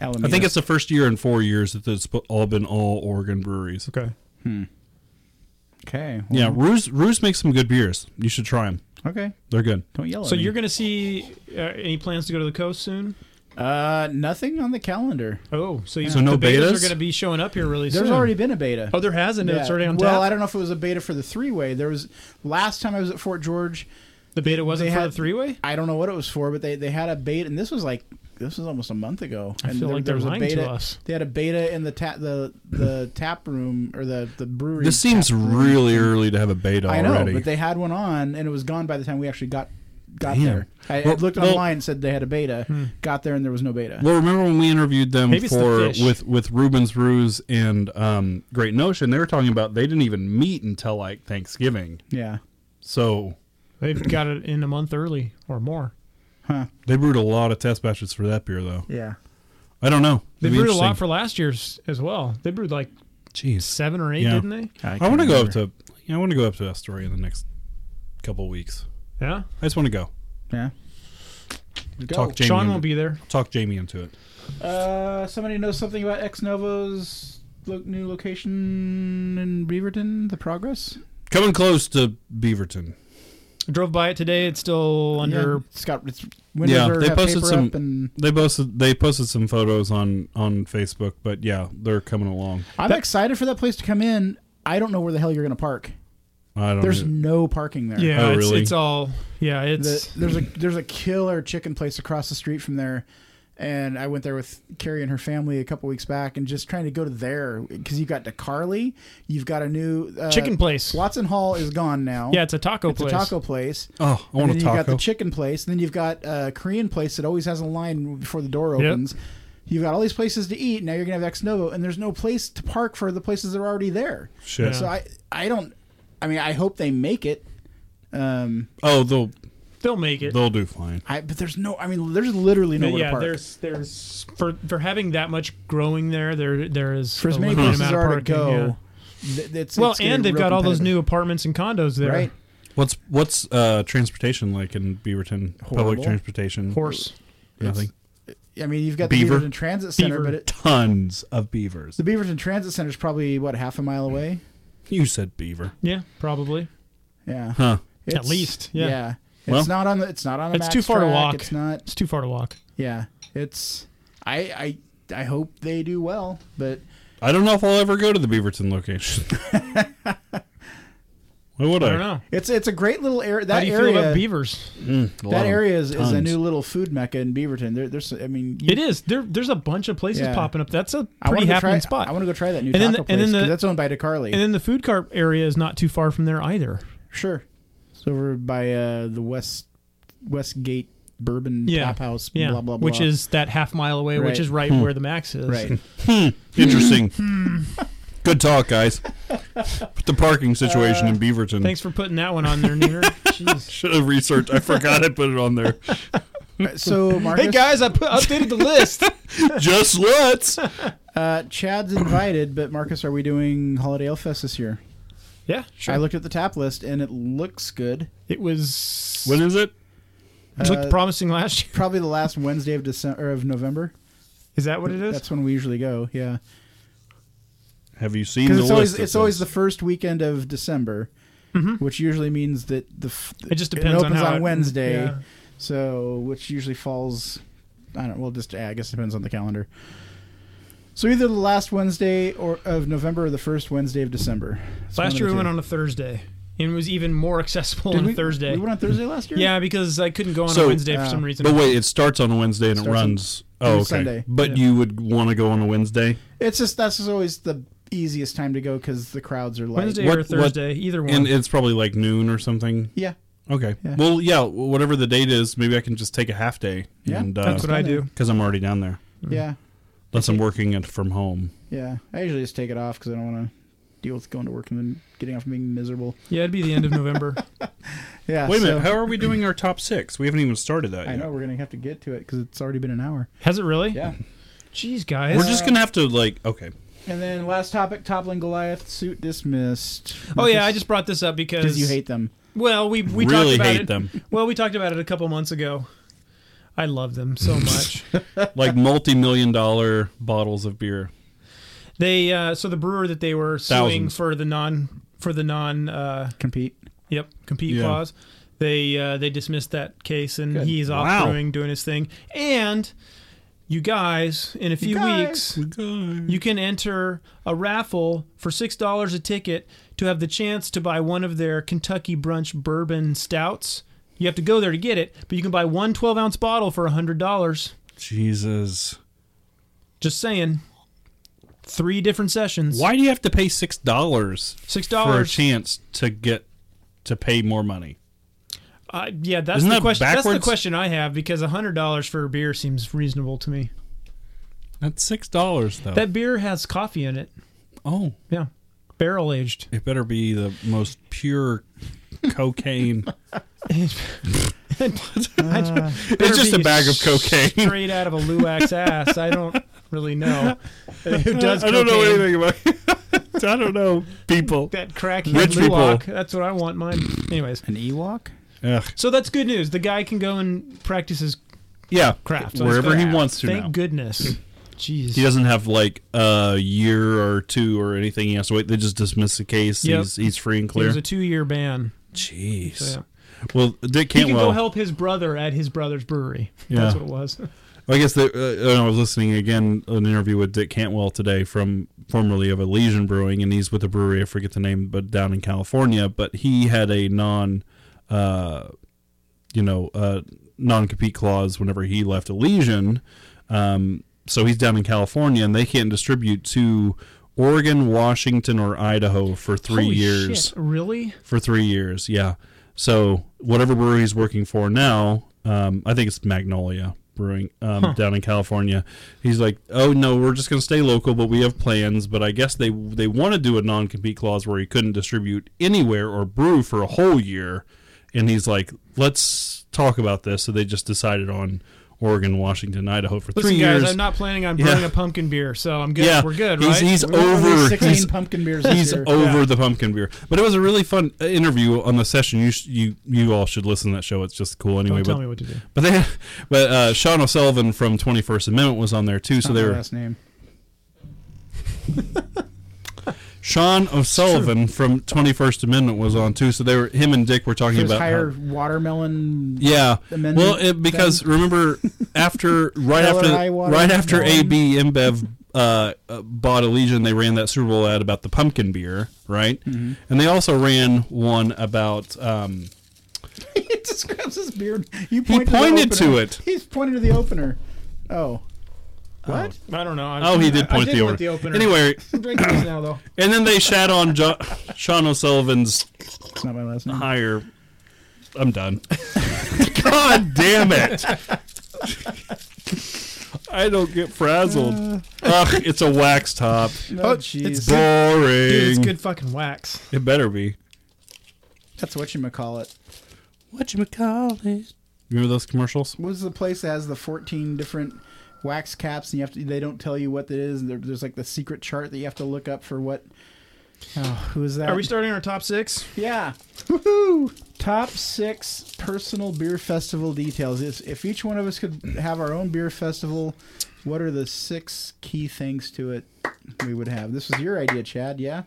Alameda. I think it's the first year in 4 years that it's all been all Oregon breweries. Okay. okay. Yeah, well, Ruse Ruse makes some good beers. You should try them. Okay. They're good. Don't yell at So me. you're gonna see uh, any plans to go to the coast soon? uh nothing on the calendar. Oh, so, you, So no the betas, betas? are gonna be showing up here really There's soon. already been a beta. Oh, there hasn't. It's already on tap. well, I don't know if it was a beta for the three way. There was last time I was at Fort George. the beta wasn't they for had- the three-way. I don't know what it was for, but they, they had a beta, and this was like this was almost a month ago. I And feel like they're was a lying to beta- us. They had a beta in the ta- the the tap room or the the brewery. This seems tap room. really early to have a beta I know, already. but they had one on, and it was gone by the time we actually got got Damn. there. I, I Well- looked well- online, and said they had a beta, Hmm. got there, and there was no beta. Well, remember when we interviewed them Maybe it's the for fish. with with Rubens Ruse and um, Great Notion? They were talking about they didn't even meet until like Thanksgiving. yeah, So They've got it in a month early or more. they brewed a lot of test batches for that beer, though. yeah. I don't know. They It'd be brewed a lot interesting. for last year's as well. They brewed like Jeez, seven or eight, Yeah. didn't they? I, want to go up to. yeah, I want to go up to Astoria in the next couple weeks. Yeah. I just want to go Yeah. talk Jamie. Sean into- won't be there. Talk Jamie into it. Uh, somebody knows something about Ex Novo's lo- new location in Beaverton, the Progress. Coming close to Beaverton. I drove by it today. It's still under. yeah, it's got it's windows Yeah, are, they have posted paper some- up and They posted they posted some photos on on Facebook, but yeah, they're coming along. I'm excited for that place to come in. I don't know where the hell you're going to park. I don't. There's know. no parking there. Yeah. Oh, it's, really? it's all. Yeah. The- It's. there's a there's a killer chicken place across the street from there, and I went there with Carrie and her family a couple weeks back, and just trying to go to there because you've got DeCarly, you've got a new uh, Chicken place. Watson Hall is gone now. yeah. It's a taco it's place. a taco place. Oh, I want And then a you taco. got the chicken place, and then you've got a Korean place that always has a line before the door Yep. opens. You've got all these places to eat. Now you're gonna have Ex Novo, and there's no place to park for the places that are already there. Shit. So I, I don't. I mean, I hope they make it. Um, Oh, they'll They'll make it. They'll do fine. I, but there's no. I mean, there's literally But nowhere to yeah, park. there's there's for for having that much growing there. There there is for as a many limited amount places there of are to parking. yeah. go. th- it's- Well, it's getting and they've real got all those competitive. new uh, apartments and condos there. right What's what's uh, transportation like in Beaverton? Public Horrible. transportation? Horse. Nothing. I mean, you've got Beaver. the Beaverton Transit Center, Beaver. but it, Tons of beavers. the Beaverton Transit Center is probably what half a mile away. You said beaver. Yeah, probably. Yeah, Huh. It's- least, yeah. It's Well- not on the. It's not on. A It's max too far to track, walk. It's not. It's too far to walk. Yeah, it's. I I I hope they do well, but I don't know if I'll ever go to the Beaverton location. [LAUGHS] Why would I? I don't know. it's it's a great little area. That How do you area. feel about beavers? A lot that of area is, is a tons. new little food mecca in Beaverton. There, there's, I mean, you, It is. There there's a bunch of places Yeah. popping up. That's a I want pretty to happening try, spot. I want to go try that new And then taco the- and place then 'cause the- that's owned by DeCarly. and then the food cart area is not too far from there either. sure, it's over by uh, the West Westgate Bourbon Yeah. Tap House. Yeah, blah blah blah. which is that half mile away, which Right. is right where the max is. [LAUGHS] right. [LAUGHS] Interesting. Hmm. Good talk, guys. But the parking situation Uh, in Beaverton. Thanks for putting that one on there, [LAUGHS] Neener. Jeez. Should have researched. I forgot I put it on there. so Marcus, Hey guys, I put, updated the list. Just let's. uh, Chad's invited, but Marcus, are we doing Holiday Ale Fest this year? [LAUGHS] [LAUGHS] yeah, I sure. looked at the tap list and it looks good. It was When is it? it looked uh, promising last year. Probably the last Wednesday of December of November. Is that what it is? That's when we usually go. Yeah, Have you seen the because it's list? always that it's always the says- first weekend of December, which usually means that the f- Mm-hmm. It just depends it on opens on, how it- Wednesday, yeah. so which usually falls. I don't. Well, just yeah, I guess it depends on the calendar. So either the last Wednesday or of November or the first Wednesday of December. It's one last of the year we two. went on a Thursday, and it was even more accessible Did on we- a Thursday. We went on Thursday last year. yeah, because I couldn't go on So, a Wednesday uh, for some reason. But wait, it starts on a Wednesday and it Starts on- runs. Oh, okay. Sunday. But you would want to go on a Wednesday. It's just that's just always the easiest time to go because the crowds are light. Wednesday What- or what- Thursday, either one. And it's probably like noon or something. Yeah. Okay. Yeah. Well, yeah, whatever the date is, maybe I can just take a half day. Yeah, and, uh, That's what I do. Because I'm already down there. Yeah. Unless I'm working it from home. Yeah. I usually just take it off because I don't want to deal with going to work and then getting off and being miserable. Yeah, it'd be the end of November. Yeah. Wait a so- minute. How are we doing our top six? We haven't even started that I yet. know we're gonna have to get to it because it's already been an hour. Has it really? Yeah. Jeez, guys. We're just gonna have to like okay. [LAUGHS] And then last topic: toppling Goliath suit dismissed. oh yeah, I just brought this up because because you hate them. Well, we we talked Really about hate it. them. Well, we talked about it a couple months ago. I love them so [LAUGHS] much. Like multi million dollar bottles of beer. they uh, so the brewer that they were suing Thousands. for the non for the non uh, Compete. yep compete Yeah. clause. They uh, they dismissed that case and he's off Wow. brewing doing his thing. And you guys, in a few guys. weeks, you can enter a raffle for six dollars a ticket to have the chance to buy one of their Kentucky brunch bourbon stouts. You have to go there to get it, but you can buy one 12 ounce bottle for hundred dollars. Jesus. Just saying. Three different sessions. Why do you have to pay six dollars Six for a dollars. chance to get to pay more money? Uh, yeah, that's Isn't the that question. That's backwards? the question I have because hundred dollars for a beer seems reasonable to Oh. me. That's six dollars though. That beer has coffee in it. oh, Yeah, barrel aged. [LAUGHS] it better be the most pure cocaine. Better It's just a be bag of cocaine. straight out of a [LAUGHS] Luwak's ass. I don't really know who does. [LAUGHS] I don't know cocaine. anything about. [LAUGHS] I don't know people. That crackhead Rich people. Luwak. That's what I want. Mine. Anyways, An Ewok. Ugh. so that's good news. The guy can go and practice his Yeah, craft wherever he wants to. Thank now. goodness. Jeez. He doesn't have like a year or two or anything. He has to wait. They just dismiss the case. Yep. He's he's free and It clear. was a two-year ban. Jeez. So, Well, Dick yeah. He can Cantwell. go help his brother at his brother's brewery. Yeah. That's what it was. I guess that uh, I was listening again an interview with Dick Cantwell today from formerly of Elysian Brewing, and he's with a brewery I forget the name, but down in California. But he had a non, uh, you know, uh, non compete clause whenever he left Elysian. Um, so he's down in California, and they can't distribute to Oregon, Washington, or Idaho for three Holy years shit, Really? for three years. Yeah. So whatever brewery he's working for now, um, I think it's Magnolia Brewing um, down in California. He's like, oh no, we're just gonna stay local, but we have plans. But I guess they they want to do a non compete clause where he couldn't distribute anywhere or brew for a whole year. and he's like, "Let's talk about this." So they just decided on Oregon, Washington, Idaho for Listen, three guys, years. I'm not planning on Yeah. brewing a pumpkin beer, so I'm good. Yeah, We're good, he's- right? he's We released over. 16 He's pumpkin beers. this He's year. over the pumpkin beer, but it was a really fun uh, interview on the session. You sh- you you all should listen to that show. It's just cool anyway. Don't but tell me what to do. [LAUGHS] but they, but uh, Sean O'Sullivan from Twenty First Amendment was on there too. So Not they my were last name. Sean O'Sullivan from Twenty First Amendment was on too. So they were him and Dick were talking There's about how- higher watermelon. Yeah. amendment Well, it, because remember after right Color after eye water, right after melon. AB InBev uh, uh, bought Elysian, they ran that Super Bowl ad about the pumpkin beer, right? And they also ran one about um, [LAUGHS] he just grabs his beard. You He pointed, pointed the to opener. it. He's pointing to the opener. Oh, what? I don't know. I'm, oh he did I, I point did at the, point opener. opener. Anyway, I'm drinking these now [LAUGHS] though. and then they shat on jo- Sean O'Sullivan's It's not my last name. higher. I'm done. [LAUGHS] God damn it! I don't get frazzled. Ugh, it's a wax top. Oh, good- jeez. Boring. Dude, it's good fucking wax. It better be. That's what you call it. What you call it? Remember those commercials? What's the place that has the 14 different wax caps, and you have to? They don't tell you what it is. There, there's like the secret chart that you have to look up for what. Oh, who is that? Are we starting our top six? [LAUGHS] Yeah. Woohoo! Top six personal beer festival details. If, if each one of us could have our own beer festival, what are the six key things to it we would have? This was your idea, Chad. Yeah.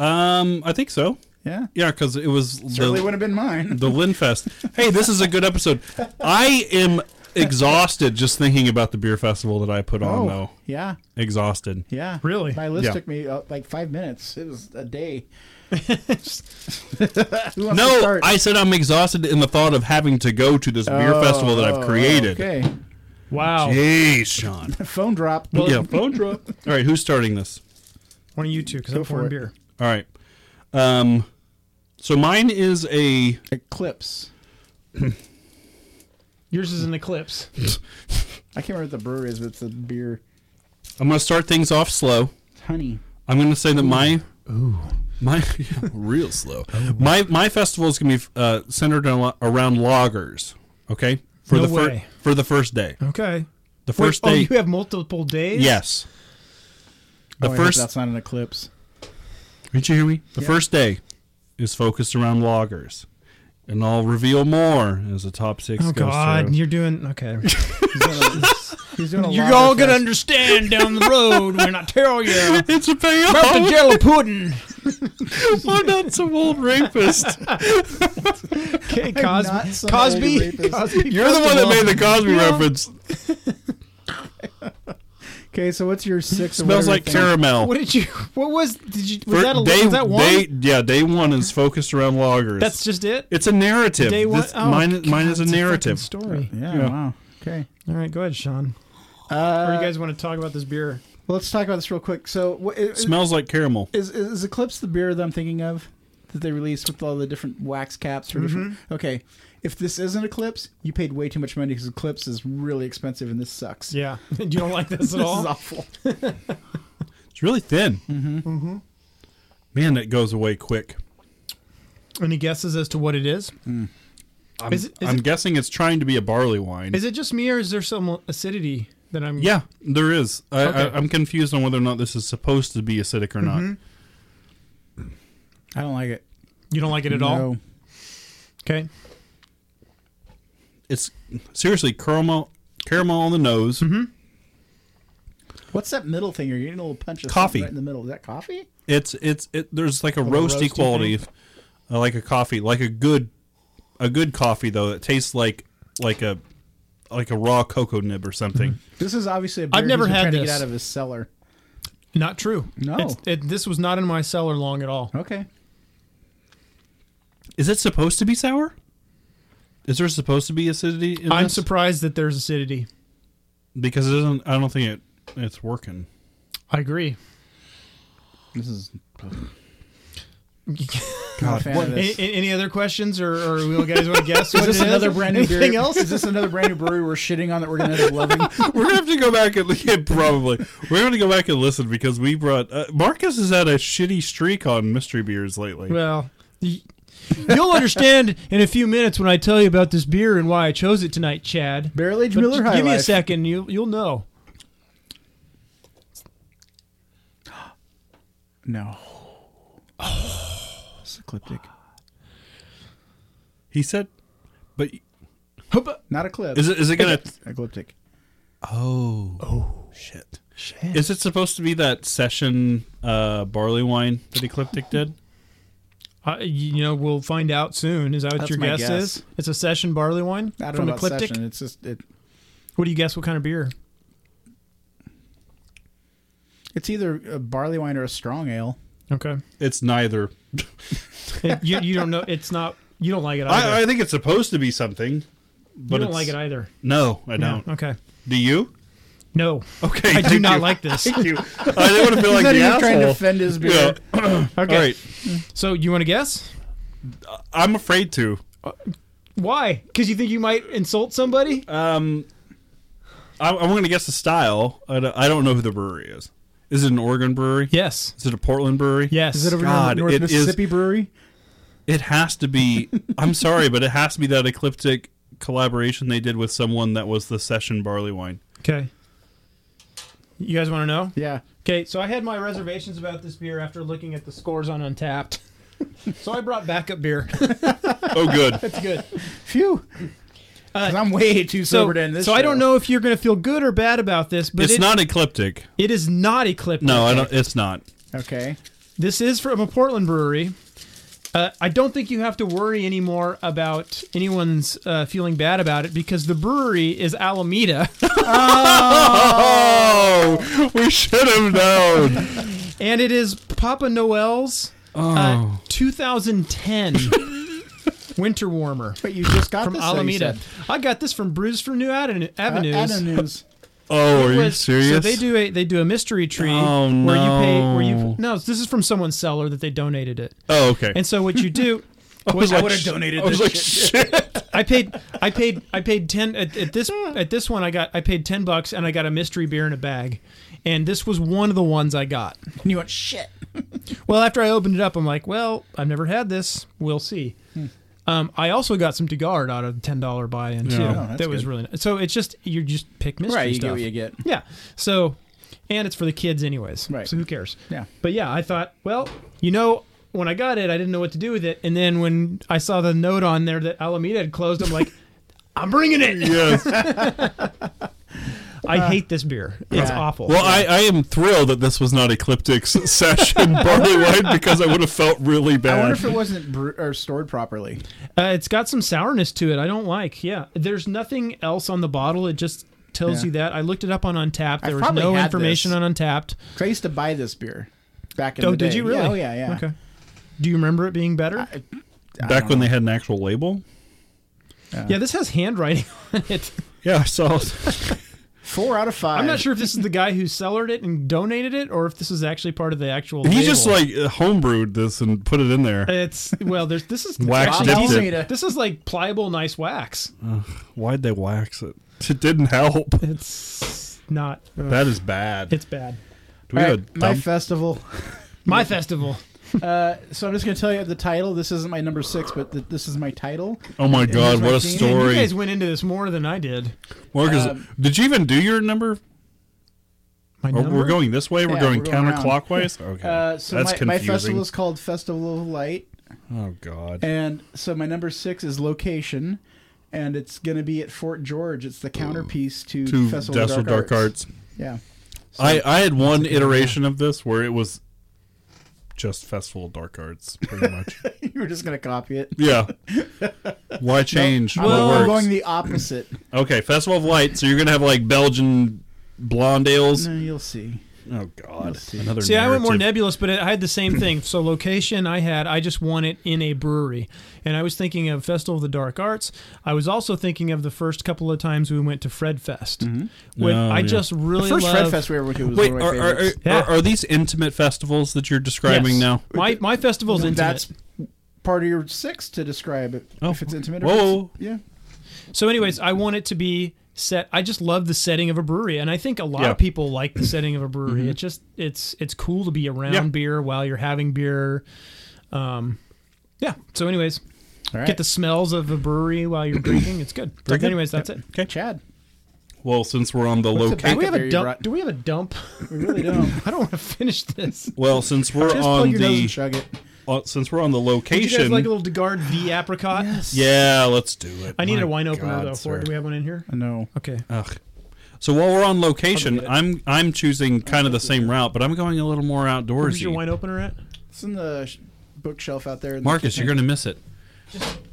Um, I think so. Yeah. Yeah, because it was Certainly the, would have been mine. the Linfest. hey, this is a good episode. I am exhausted just thinking about the beer festival that I put on, though. Oh, yeah. Exhausted. Yeah. Really? My list Yeah. took me uh, like five minutes. It was [LAUGHS] a day. Who wants to No, start? I said I'm exhausted in the thought of having to go to this beer Oh, festival that I've oh, created. Okay. [LAUGHS] Wow. Jeez, Sean. Phone drop. yeah, phone drop. All right, who's starting this? One of you two, because Go I'm for pouring it. beer. All right. Um, so mine is a Eclipse. Yours is an eclipse. I can't remember what the brewery is, but it's a beer. I'm going to start things off slow. Honey. I'm going to say that my my [LAUGHS] real slow. My my festival is going to be uh, centered on, lo- around loggers. Okay, for No the fir- way. for the first day. Okay. The first Wait, day. Oh, you have multiple days? yes. The Oh, I hope first. That's not an eclipse. Did you hear me? The first day is focused around loggers, and I'll reveal more as the top six Oh goes God, [LAUGHS] through. you're doing okay. He's doing a You're lager all gonna fest. understand down the road when I tell you It's a about the [LAUGHS] payoff. [LAUGHS] jello pudding. Why not some old [LAUGHS] rapist? Okay, I'm Cos- not some old Cosby. rapist. Cosby. You're the one that made the Cosby reference. Okay, so what's your six? or Smells whatever like thing? caramel. What did you? What was? Did you? Was Fir- that a? day, was that one? day- yeah, day one is focused around loggers. That's just it. it's a narrative. day one. This- oh, mine, God, mine is a it's fucking narrative. story. Yeah, Yeah. Wow. Okay. Uh, All right, go ahead, Sean. or Uh, you guys want to talk about this beer? Well, let's talk about this real quick. So, wh- is, Smells like caramel. is, is Eclipse the beer that I'm thinking of that they released with all the different wax caps for different? Mm-hmm. Okay. If this isn't Eclipse, you paid way too much money because Eclipse is really expensive and this sucks. Yeah. [LAUGHS] you don't like this at [LAUGHS] This all? is awful. It's really thin. Mm-hmm. Mm-hmm. Man, that goes away quick. Any guesses as to what it is? Hmm. I'm, Is it- is I'm it- guessing it's trying to be a barley wine. Is it just me, or is there some acidity that I'm? Yeah, there is. I, Okay. Mm-hmm. I, I'm confused on whether or not this is supposed to be acidic or not. I don't like it. You don't like it at all? No. Okay. It's seriously caramel, caramel on the nose. Mm-hmm. What's that middle thing? You're getting a little punch of Coffee. something right in the middle. Is that coffee? It's it's it. There's like a Little roasty, roasty quality, uh, like a coffee, like a good, a good coffee though that tastes like like a like a raw cocoa nib or something. Mm-hmm. This is obviously a beer I've never he's been had trying to this. get out of his cellar. Not true. No. It's, it, this was not in my cellar long at all. Oh, Okay. Is it supposed to be sour? Is there supposed to be acidity? In I'm this? surprised that there's acidity. because it doesn't. I don't think it it's working. I agree. This is God, fan what- of Any, this. any other questions, or, or we all guys want [LAUGHS] to guess? Is what this it another brand new Anything beer? else? Is this another brand new brewery we're shitting on that we're gonna end up [LAUGHS] loving? We're gonna have to go back and [LAUGHS] look at probably. We're gonna go back and listen because we brought uh, Marcus has had a shitty streak on mystery beers lately. Well, y- You'll understand in a few minutes when I tell you about this beer and why I chose it tonight, Chad. Barrel aged But Miller just High give me a Life. second, you you'll know. No. Oh, Oh. it's ecliptic. He said, but Not a clip. is it is it gonna? ecliptic? Shit. Shit. Is it supposed to be that session uh, barley wine that Ecliptic did? Uh, you know, we'll find out soon. Is that what That's your my guess, guess. is? It's a session barley wine I don't from know about Ecliptic. session. It's just it. What do you guess? What kind of beer? It's either a barley wine or a strong ale. [LAUGHS] Okay, It's neither. It- you, you don't know. It's not. You don't like it either. I, I think it's supposed to be something, but you don't it's, like it either. No, I don't. Okay. Do you? No, Okay, [LAUGHS] I do thank not you. like this. Thank you. I didn't want to feel like not the even trying to asshole. defend his beer. Yeah. Okay. All right, So you want to guess? I'm afraid to. Why? Because you think you might insult somebody? Um, I, I'm going to guess the style. I don't, I don't know who the brewery is. Is it an Oregon brewery? yes. Is it a Portland brewery? Yes. Is it over God, North it is- Mississippi Brewery? It has to [LAUGHS] be. I'm sorry, but it has to be that ecliptic collaboration they did with someone that was the session barley wine. okay. You guys want to know? Yeah. Okay, so I had my reservations about this beer after looking at the scores on Untapped. [LAUGHS] so I brought backup beer. Oh, [LAUGHS] good. Good. Phew. 'Cause I'm way too Uh, So, sober to end this. so I don't show. know if you're going to feel good or bad about this, but it's it- not ecliptic. It is not Ecliptic. No, I don't. It's not. Okay. This is from a Portland brewery. Uh, I don't think you have to worry anymore about anyone's uh, feeling bad about it because the brewery is Alameda. Oh, we should have known. and it is Papa Noel's uh, 2010 winter warmer But you just got from this, though, you Alameda. said. I got this from Brews for New Aden- Uh, Avenues. Avenues. Oh, are you Was- serious? So they do a they do a mystery tree Oh, where you pay where you no. no this is from someone's cellar that they donated it. Oh, okay. And so what you do [LAUGHS] I was what- like, sh- I was like, shit. I paid I paid I paid ten at, at [LAUGHS] this at this one I got I paid ten bucks and I got a mystery beer in a bag. And this was one of the ones I got. And you went, shit. Well, after I opened it up, I'm like, well, I've never had this. We'll see. Um, I also got some Degard out of the ten dollar buy-in too. Oh, that's that was good. really nice. so. It's just you just pick mystery Right, you stuff. Uh, get what you get. Yeah. So, and it's for the kids anyways. Right. So who cares? Yeah. But yeah, I thought, well, you know, when I got it, I didn't know what to do with it, and then when I saw the note on there that Alameda had closed, I'm [LAUGHS] like, I'm bringing it. Yes. I hate this beer. It's Yeah. awful. Well, I, I am thrilled that this was not Ecliptic's [LAUGHS] session barley wine because I would have felt really I bad. wonder if it wasn't bre- or stored properly. Uh, it's got some sourness to it. I don't like. Yeah, there's nothing else on the bottle. It just tells Yeah. you that. I looked it up on Untapped. I've There was probably no had information this. on Untapped. 'Cause I used to buy this beer back in Oh, the day. did you really? Yeah, oh, yeah, yeah. Okay. Do you remember it being better? Back when they had an actual label? yeah, this has handwriting [LAUGHS] on it. Yeah, I [LAUGHS] saw. Four out of five. I'm not sure if this is the guy who cellared it and donated it, or if this is actually part of the actual. He label. just like homebrewed this and put it in there. It's well. There's this [LAUGHS] is Wax actually dipped decent- it. This is like pliable, nice wax. Why'd they wax it? It didn't help. [LAUGHS] It's not. That is bad. It's bad. Do we All have right, a my dump? festival. My festival. Uh, so I'm just going to tell you the title. This isn't my number six, but th- this is my title. oh my god, my what a team. Man, you story. guys went into this more than I did. Marcus, Um, did you even do your number? My Oh, number? We're going this way. We're Yeah, going we're going around. [LAUGHS] counterclockwise. Okay, Uh, so that's my, my confusing. festival is called Festival of Light, oh god. and so my number six is location, and it's going to be at Fort George. It's the counterpiece to, To Festival Festival of Dark, Arts. Yeah. [LAUGHS] I, I had one iteration of this where it was just Festival of Dark Arts, pretty much. you were just going to copy it. yeah. Why change? what Well- I'm works? going the opposite. okay, Festival of Light. So you're gonna have like Belgian blonde ales. no, you'll see. Oh God, another. See, I went more narrative. nebulous, but it, I had the same thing. So location, I had, I just want it in a brewery, and I was thinking of Festival of the Dark Arts. I was also thinking of the first couple of times we went to Fred Fest, when Oh, I yeah. just really First love. Red Fest we ever went to was Wait, one are, of my are, are, favorites. Yeah. are these intimate festivals that you're describing Yes. now? My my festival's intimate. That's part of your six to describe it. Oh, if it's intimate. or whoa, if it's- whoa. yeah. So, anyways, I want it to be set. I just love the setting of a brewery, and I think a lot Yeah. Mm-hmm. of people like the setting of a brewery. It just it's it's cool to be around Yeah. beer while you're having beer. Um, Yeah. So, anyways, All right. get the smells of a brewery while you're drinking. It's good. So, good. anyways, that's it. okay. Chad. Well, since we're on the What's the back location, Do we have up there a you dump? brought? Do we have a dump? [LAUGHS] We really don't. I don't want to finish [LAUGHS] this. well, since we're Just on plug your nose and the chug it. uh, since we're on the Would you guys location, like a little Degard V apricot? Yes. yeah, let's do it. I need My a wine opener God, though. For sir. it. do we have one in here? No. Okay. Ugh. So while we're on location, I'm I'm choosing kind of the same route, but I'm going a little more Where's your outdoorsy. wine opener at? It's in the sh- bookshelf out there. in the Marcus, you're kitchen. gonna miss it.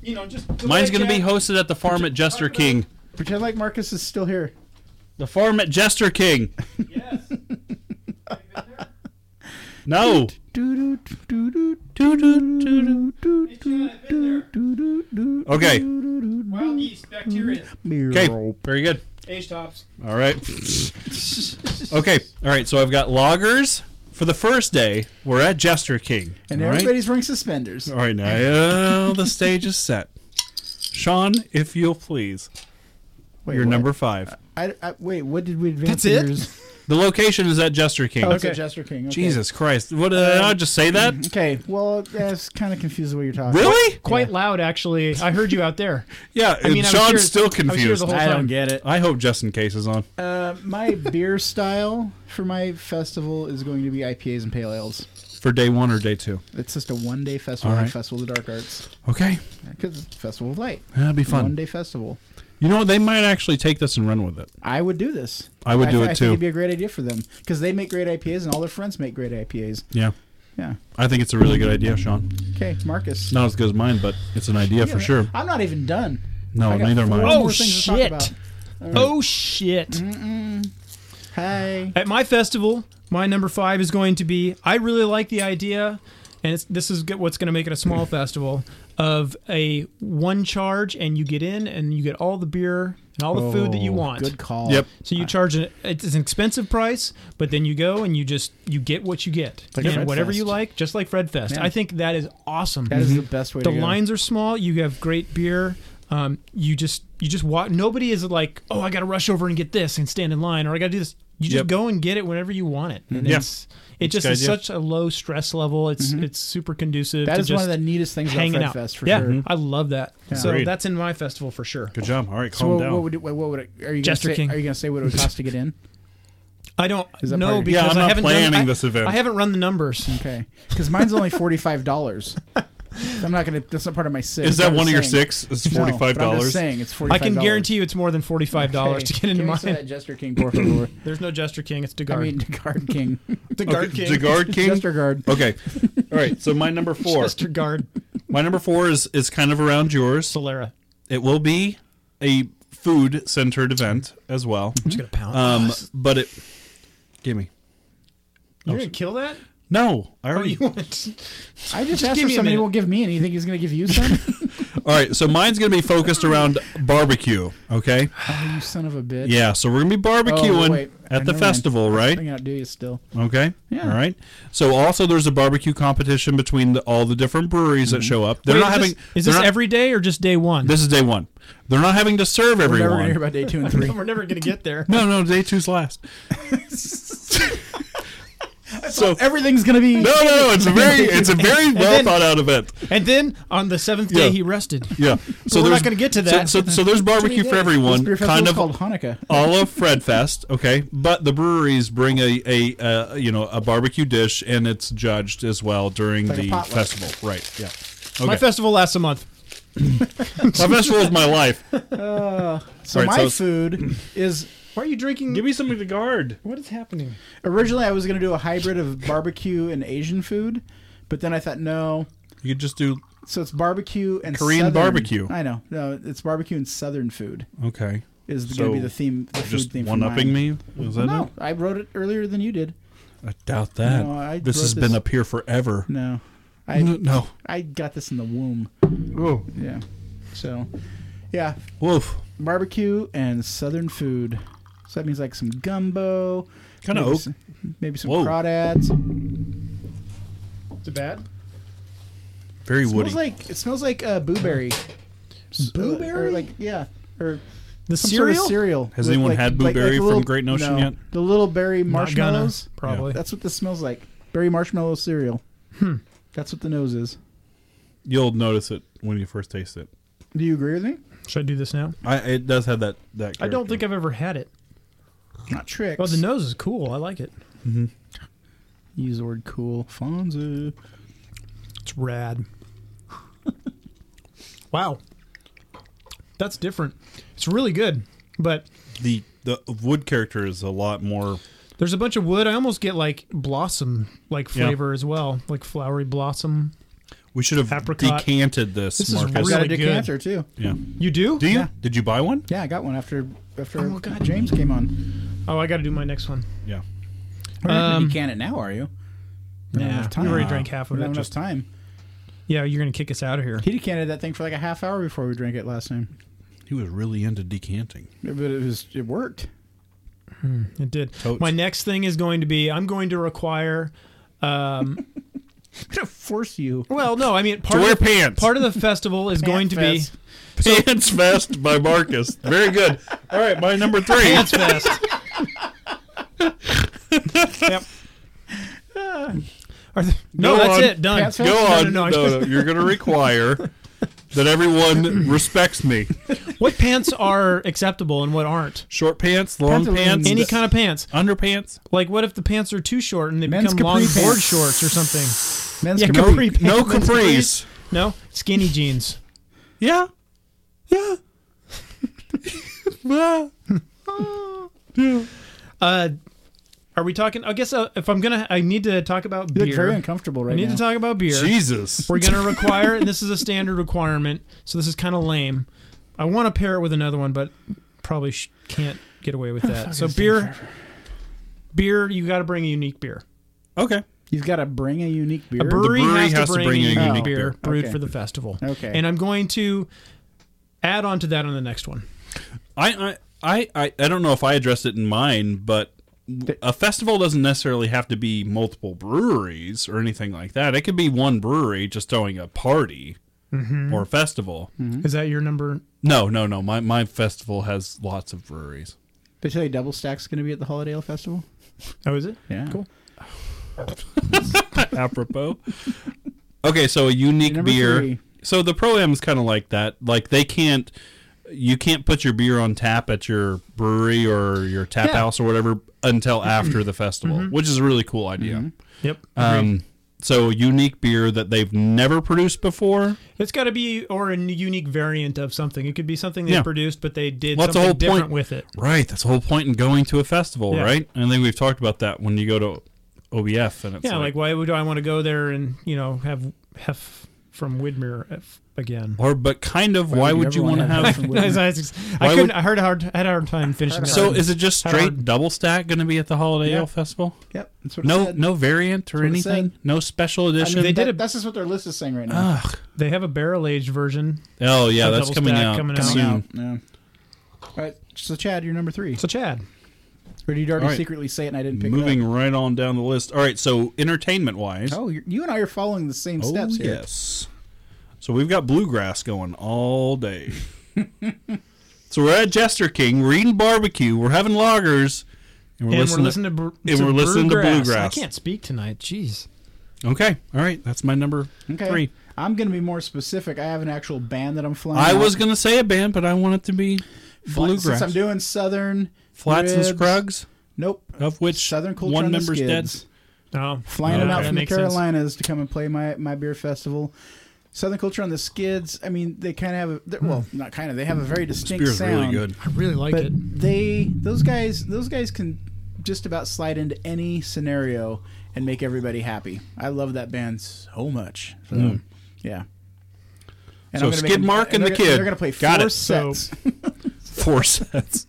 You know, just Mine's delay, gonna be Chad. hosted at the farm at Jester King. Pretend like Marcus is still here. The farm at Jester King. No. Do do do do do do Okay. Wild yeast, bacteria, do. Okay. Very good. age tops. All right. Okay. All right. So I've got loggers for the first day. We're at Jester King. And All right? everybody's wearing suspenders. All right, now uh, the stage is set. Sean, if you'll please, Wait, your what? number five. I, I, wait, what did we advance? That's it? Yours? The location is at Jester King. Oh, it's a Okay. Jester King. Okay. Mm-hmm. Jesus Christ! What uh, did I just say that? Okay. Well, that's kind of confused the way you're talking. Really? Quite loud, actually. I heard you out [LAUGHS] there. Yeah. I mean, I and was Sean's here- I still was here the confused. whole I time. don't get it. I hope Justin Case is on. Uh, my beer style for my festival is going to be IPAs and pale ales. for day one or day two. It's just a one-day festival, All like right. Festival of the Dark Arts, Okay, because it's Festival of Light, that'd be fun. one-day festival. You know what? They might actually take this and run with it. I would do this. I would do thi- it I too. Think it'd be a great idea for them because they make great IPAs and all their friends make great IPAs. Yeah, Yeah. I think it's a really good idea, Sean. Okay, Marcus. Not as good as mine, but it's an idea for sure. I'm not even done. No, I got neither am four I. Oh, more things to talk shit. about. Oh shit! Hi. At my festival, my number five is going to be. I really like the idea, and it's, this is good, what's going to make it a [LAUGHS] small festival of a one charge, and you get in, and you get all the beer and all the food that you Oh, want. Good call. Yep. So you charge an it's an expensive price, but then you go and you just you get what you get like and Fred whatever Fest. you like, just like Fred Fest. Yeah. I think that is awesome. Mm-hmm. That is Mm-hmm. the best way the to go. lines are small. You have great beer. Um, you just you just walk. Nobody is like, oh, I got to rush over and get this and stand in line, or I got to do this. You just Yep. Mm-hmm. go and get it whenever you want it. And Yeah. it's, it just a good is idea. such a low stress level. It's Mm-hmm. it's super conducive. That to is one of just the neatest things about hanging Fred out. Fest for yeah, Mm-hmm. sure. I love that. So Agreed. that's in my festival for sure. Good job. All right, So calm what, down. what would it, what would it, are you Jester gonna say, King. Are you gonna say what it would cost to get [LAUGHS] in? I don't that part know of your- because Yeah, I'm I not haven't planning done, I- this event. I haven't run the numbers. Okay, because mine's only forty five dollars. [LAUGHS] I'm not gonna. That's not part of my six. is that I'm one of just your saying- six? It's No, forty five but I'm just dollars. saying it's forty I five. can guarantee you it's more than forty-five dollars to get into Give me some of mine. that Jester King, por [CLEARS THROAT] favor. There's no Jester King. It's Degard. I mean, [LAUGHS] Guard King. Degard King. [LAUGHS] Jagard King. Jester Guard. Okay. All right. So [LAUGHS] my number four. [LAUGHS] Jester Guard. My number four is is kind of around yours. Solera. It will be a food centered event as well. I'm just Mm-hmm. gonna pound. Um, but it. Give me. You're gonna kill that? No, I Or already. [LAUGHS] you Oh, want? I just asked give for me a somebody minute. who will give me, and you think he's gonna give you some? All right, so mine's gonna be focused around barbecue. Okay. oh, you son of a bitch. Yeah, so we're gonna be barbecuing Oh, wait, at the never mind. festival, right? Hang out, do you still? Okay. Yeah. All right. So also, there's a barbecue competition between the, all the different breweries that Mm-hmm. show up. They're Wait, not is having. This, is they're this not- every day or just day one? This is day one. They're not having to serve We're never gonna everyone. hear about day two and three. We're never gonna get there. no, no, day two's last. [LAUGHS] so Everything's gonna be. No, no, no. It's a very, it's [LAUGHS] a very well then- thought out event. And then on the seventh day Yeah. he rested. [LAUGHS] Yeah. So we're not there's- gonna get to that. So, so, so there's barbecue for This everyone, beer festival kind is of [LAUGHS] called Hanukkah. all of Fred Fest, okay. But the breweries bring a, a, uh you know a barbecue dish, and it's judged as well during like a the potluck. festival, right? Yeah. My Okay. festival lasts a month. My festival is [LAUGHS] my life. So All right, my so it's- food is. Why are you drinking? me something to guard. what is happening? Originally, I was gonna do a hybrid of barbecue and Asian food, but then I thought no. You could just do So it's barbecue and Korean southern- barbecue. I know. No, it's barbecue and southern food okay. is So, gonna be the theme. The Just food theme for one upping mine. me? Is that No, I wrote it earlier than you did. it? I doubt that. No, I this wrote has this- been up here forever. No, No. I [LAUGHS] I got this in the womb. Oh. Yeah. So, yeah, Woof. barbecue and southern food. So that means like some gumbo, Kinda maybe oak. some, maybe some Whoa. crawdads. Is it bad? Very It woody. smells like it smells like uh, blueberry. S- uh, Or Blueberry? like yeah, or The some cereal? sort of cereal. Has with, anyone like- had like- like blueberry the from Great Notion no, yet? The little berry Not gonna, marshmallows. probably. That's what this smells like. Berry marshmallow cereal. Hmm. That's what the nose is. You'll notice it when you first taste it. Do you agree with me? Should I do this now? I, it does have that. that I don't think character. I've ever had it. Not tricks. Well, Oh, the nose is cool. I like it. Use the word cool. Fonzu. It's rad. [LAUGHS] wow. That's different. It's really good, but the the wood character is a lot more. there's a bunch of wood. I almost get like blossom like flavor as well, like flowery blossom. We should have Apricot. decanted this. This is Marcus. really- Got a good. decanter too. yeah. You do? Do you? Yeah. Did you buy one? Yeah, I got one after after Oh, God. James came on. Oh, I got to do my next one. Yeah. We're not gonna Um, decant it now, are you? We don't have Nah, enough time. we already drank half of We don't it, have enough just- time. Yeah, you're gonna kick us out of here. He decanted that thing for like a half hour before we drank it last time. He was really into decanting. Yeah, But it was it worked. [LAUGHS] It did. Totes. My next thing is going to be I'm going to require. Um, I'm gonna force you. well, no, I mean part wear of the, pants. Part of the festival is going to be Pants [LAUGHS] Pants Fest by Marcus. Very good. All right, my number three. Pants Fest. Are the- no, Go that's on. it. Done. Pants [LAUGHS] Go on. No, no, no, No, I no, just- You're going to require that [CLEARS THROAT] everyone respects me. [LAUGHS] What pants are acceptable and what aren't? Short pants, long Pantaloons. pants, Any kind of pants. underpants. Like, what if the pants are too short and they Men's become long capri board pants. shorts or something? Men's Yeah, [LAUGHS] capri Capri. pants. No Men's capris. No, skinny jeans. Yeah. Yeah. Well, [LAUGHS] Uh, are we talking? I guess uh, if I'm gonna, I need to talk about You beer. look very uncomfortable I right need now. to talk about beer. Jesus. We're gonna require, and this is a standard requirement, so this is kind of lame. I want to pair it with another one, but probably sh- can't get away with that. So beer, beer, you got to bring a unique beer. Okay. You've got to bring a unique beer. A brewery, brewery has, to bring, a unique unique beer, beer. brewed Okay. for the festival. Okay. And I'm going to add on to that on the next one. I, I, I, I- I don't know if I addressed it in mine, but a festival doesn't necessarily have to be multiple breweries or anything like that. It could be one brewery just throwing a party or a festival. Is that your number? No, no, no. My my festival has lots of breweries. They tell you Double Stack's going to be at the Holiday Ale Festival. Oh, is it? Yeah. Cool. Apropos. okay, so a unique Number beer. three. So the pro am is kind of like that. Like they can't. You can't put your beer on tap at your brewery or your tap Yeah. house or whatever until after the festival, which is a really cool idea. Yep. Um, so unique beer that they've never produced before. it's got to be or a n- unique variant of something. It could be something they Yeah. produced, but they did Well, that's the something whole different point. with it. Right. That's the whole point in going to a festival, Yeah. right? And I think we've talked about that when you go to OBF and it's Yeah, like, like, why would I want to go there and you know have hef from Widmer f- again? or but kind of why would you want to have [LAUGHS] I, was- I was- I Why couldn't. would- I heard a hard. I had a hard time finishing. that. So is it just Hard. straight double stack going to be at the Holiday Yeah. Ale Festival? Yep. That's what it No, said. no variant or what it anything. said. No special I mean, edition. they that- did a- Ah, That's just what their list is saying right now. they have a barrel aged version? oh yeah, So that's double coming stack out coming out. Coming soon. out. Yeah. All right. So Chad, you're number three. So Chad, Or did you already All right. secretly say it and I didn't pick Moving it right on down the list. All right, so entertainment wise, up? Oh, you're, you and I are following the same oh steps here. yes. So we've got bluegrass going [LAUGHS] all day. so we're at Jester King. We're eating barbecue. We're having lagers, and we're and listening. we're listening to, br- and to we're listening to Bluegrass. I can't speak tonight. Jeez. okay, all right, that's my number Okay. three. I'm going to be more specific. I have an actual band that I'm flying. I out. was gonna say a band, but I want it to be But bluegrass. Since I'm doing Southern ribs, Flats and Scruggs. Nope. of which Southern culture one on the member's skids. dead. Oh, flying it Yeah, out that from the makes sense. Carolinas to come and play my, my beer festival. Southern culture on the skids. I mean, they kind of have a they're- well, not kind of. They have a very distinct Beer's sound. really good. I really like But it. they those guys those guys can just about slide into any scenario and make everybody happy. I love that band so much. So, Yeah. And So I'm gonna make Skid them- Mark and they're the gonna- Kid. They're going to play Got four it. So- sets. Four [LAUGHS] sets.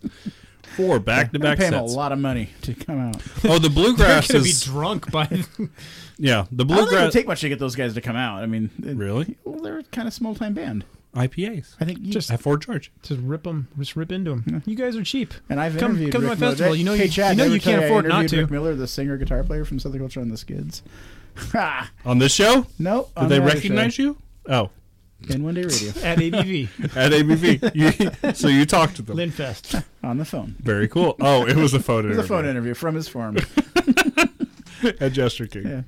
Four back to I'm gonna back pay them a sets. lot of money to come out. [LAUGHS] Oh, the They're bluegrass gonna be is drunk by. [LAUGHS] yeah. The I don't think it would bluegrass take much to get those guys to come out. I mean, it- really Well, they're a kind of small time band. IPAs I think you, Just- at Fort George. Just rip them. Just rip into them. You guys are cheap. and I've come interviewed come to my Rick Miller. festival. Did I- You know hey, you, Chad, you know did I you ever tell can't I afford not interviewed to. Rick Miller, the singer guitar player from Southern Culture and the Skids. [LAUGHS] Ha! On this show, No, did they recognize you? Oh, you in One Day Radio At ABV, [LAUGHS] at ABV. You- so you talked to them. [LAUGHS] Linfest. on the phone? Very cool. Oh, [LAUGHS] it was a phone It interview. [LAUGHS] was a phone interview from his farm. at Jester King. Yeah.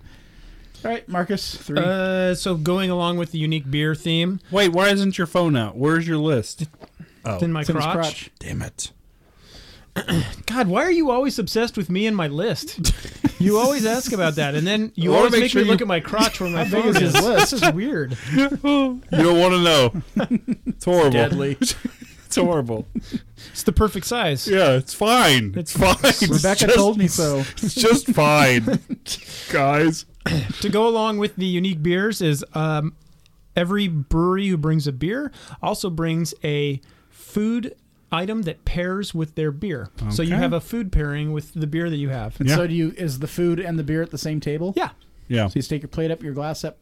All right, Marcus. Three. Uh, so going along with the unique beer theme, Wait, why isn't your phone out? Where's your list? it's in my It's in his crotch. crotch. [LAUGHS] Damn [LAUGHS] it. God, why are you always obsessed with me and my list? You always ask about that, and [LAUGHS] then you wanna always make make, sure me you- look at my crotch where my How big phone is is. his This is weird. You don't want to know. It's horrible. Deadly. [LAUGHS] It's horrible. It's the perfect size. Yeah, it's fine. It's fine. It's Rebecca just- told me so. It's just [LAUGHS] fine, guys. To go along with the unique beers is um, every brewery who brings a beer also brings a food item that pairs with their beer. So you Okay. have a food pairing with the beer that you have. And Yeah. so do you? Is the food and the beer at the same table? Yeah. Oh, Yeah. So you take your plate up, your glass up.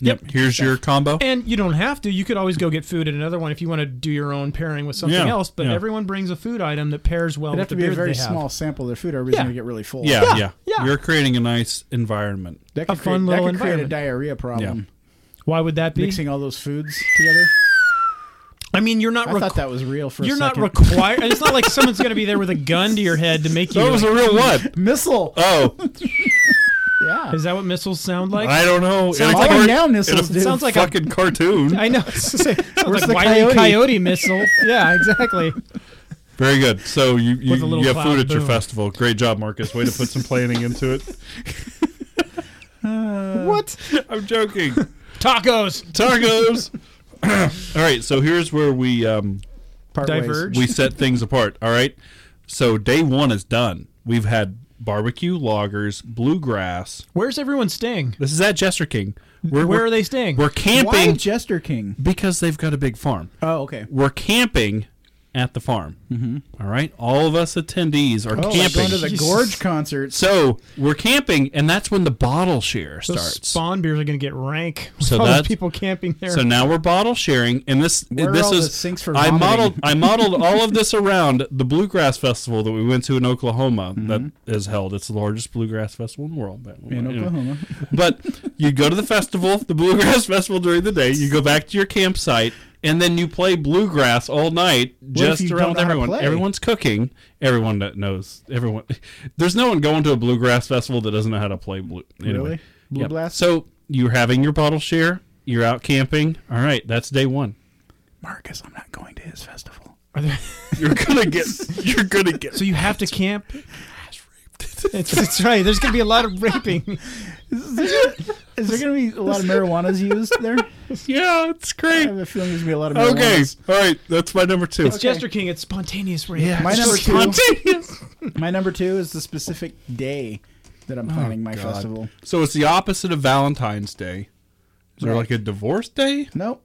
Yep. Here's your combo. And you don't have to. You could always go get food at another one if you want to do your own pairing with something Yeah, else. But yeah. everyone brings a food item that pairs well It'd with have the to be beer a very that they have. small sample. Their food, or everybody's Yeah. gonna get really full. Yeah, yeah, Yeah, yeah. You're creating a nice environment. that A could create, fun that little could create a environment. diarrhea problem. Why would that be? Mixing all those foods together. I mean, you're not. I requ- thought that was real for you're a not second. required. It's not like someone's going to be there with a gun to your head to [LAUGHS] make you. That was like- a real what? missile. Oh, Yeah. is that what missiles sound like? I don't know. Sounds In a like- Falling cart- down in a missiles. dude. sounds like a- fucking [LAUGHS] cartoon. I know. Sounds like the Wile E. coyote? coyote missile. Yeah, [LAUGHS] exactly. Very good. So you you, With a little you have cloud, food at your boom. festival. Great job, Marcus. Way to put some planning [LAUGHS] into it. What I'm [LAUGHS] joking. Uh, tacos? [COUGHS] Tacos. All right. So here's where we um, [LAUGHS] Part ways. Diverge. we set things apart. All right. So day one is done. We've had barbecue, loggers, bluegrass. Where's everyone staying? This is at Jester King. We're, Where we're- are they staying? We're Why camping Jester King? because they've got a big farm. Oh, okay. We're camping at the farm. Mm-hmm. right. All of us attendees are Oh, like camping. going to the Jesus. Gorge concerts. so we're camping, and that's when the bottle share Those starts. spawn beers are going to get rank. So So all those that's- people camping there. So now we're bottle sharing, and this Where are this all is the sinks for I vomiting? modeled I modeled [LAUGHS] all of this around the bluegrass festival that we went to in Oklahoma that is held. It's the largest bluegrass festival in the world. But- Mm-hmm. In anyway. Oklahoma. but you go to the festival, the bluegrass [LAUGHS] festival during the day. You go back to your campsite, and then you play bluegrass all night, just you don't around know how to everyone. play? Everyone's cooking. Everyone that knows everyone. [LAUGHS] There's no one going to a bluegrass festival that doesn't know how to play blue. Anyway. Really? Blue Yep. Blast? So you're having your bottle share. You're out camping. All right, that's day one. Marcus, I'm not going to his festival. Are there- You're [LAUGHS] gonna get. You're gonna get. so you have to [LAUGHS] camp. It's, it's right. There's going to be a lot of [LAUGHS] raping. Is there going to be a lot of marijuanas used there? yeah, it's I great. have a feeling there's going to be a lot of Okay, marijuanas. all right. That's my number two. It's Jester King. It's spontaneous rape. Yeah, My it's number just two- spontaneous. My number two is the specific day that I'm planning my Oh, God. festival. So it's the opposite of Valentine's Day. Is there Right. like a divorce day? Nope.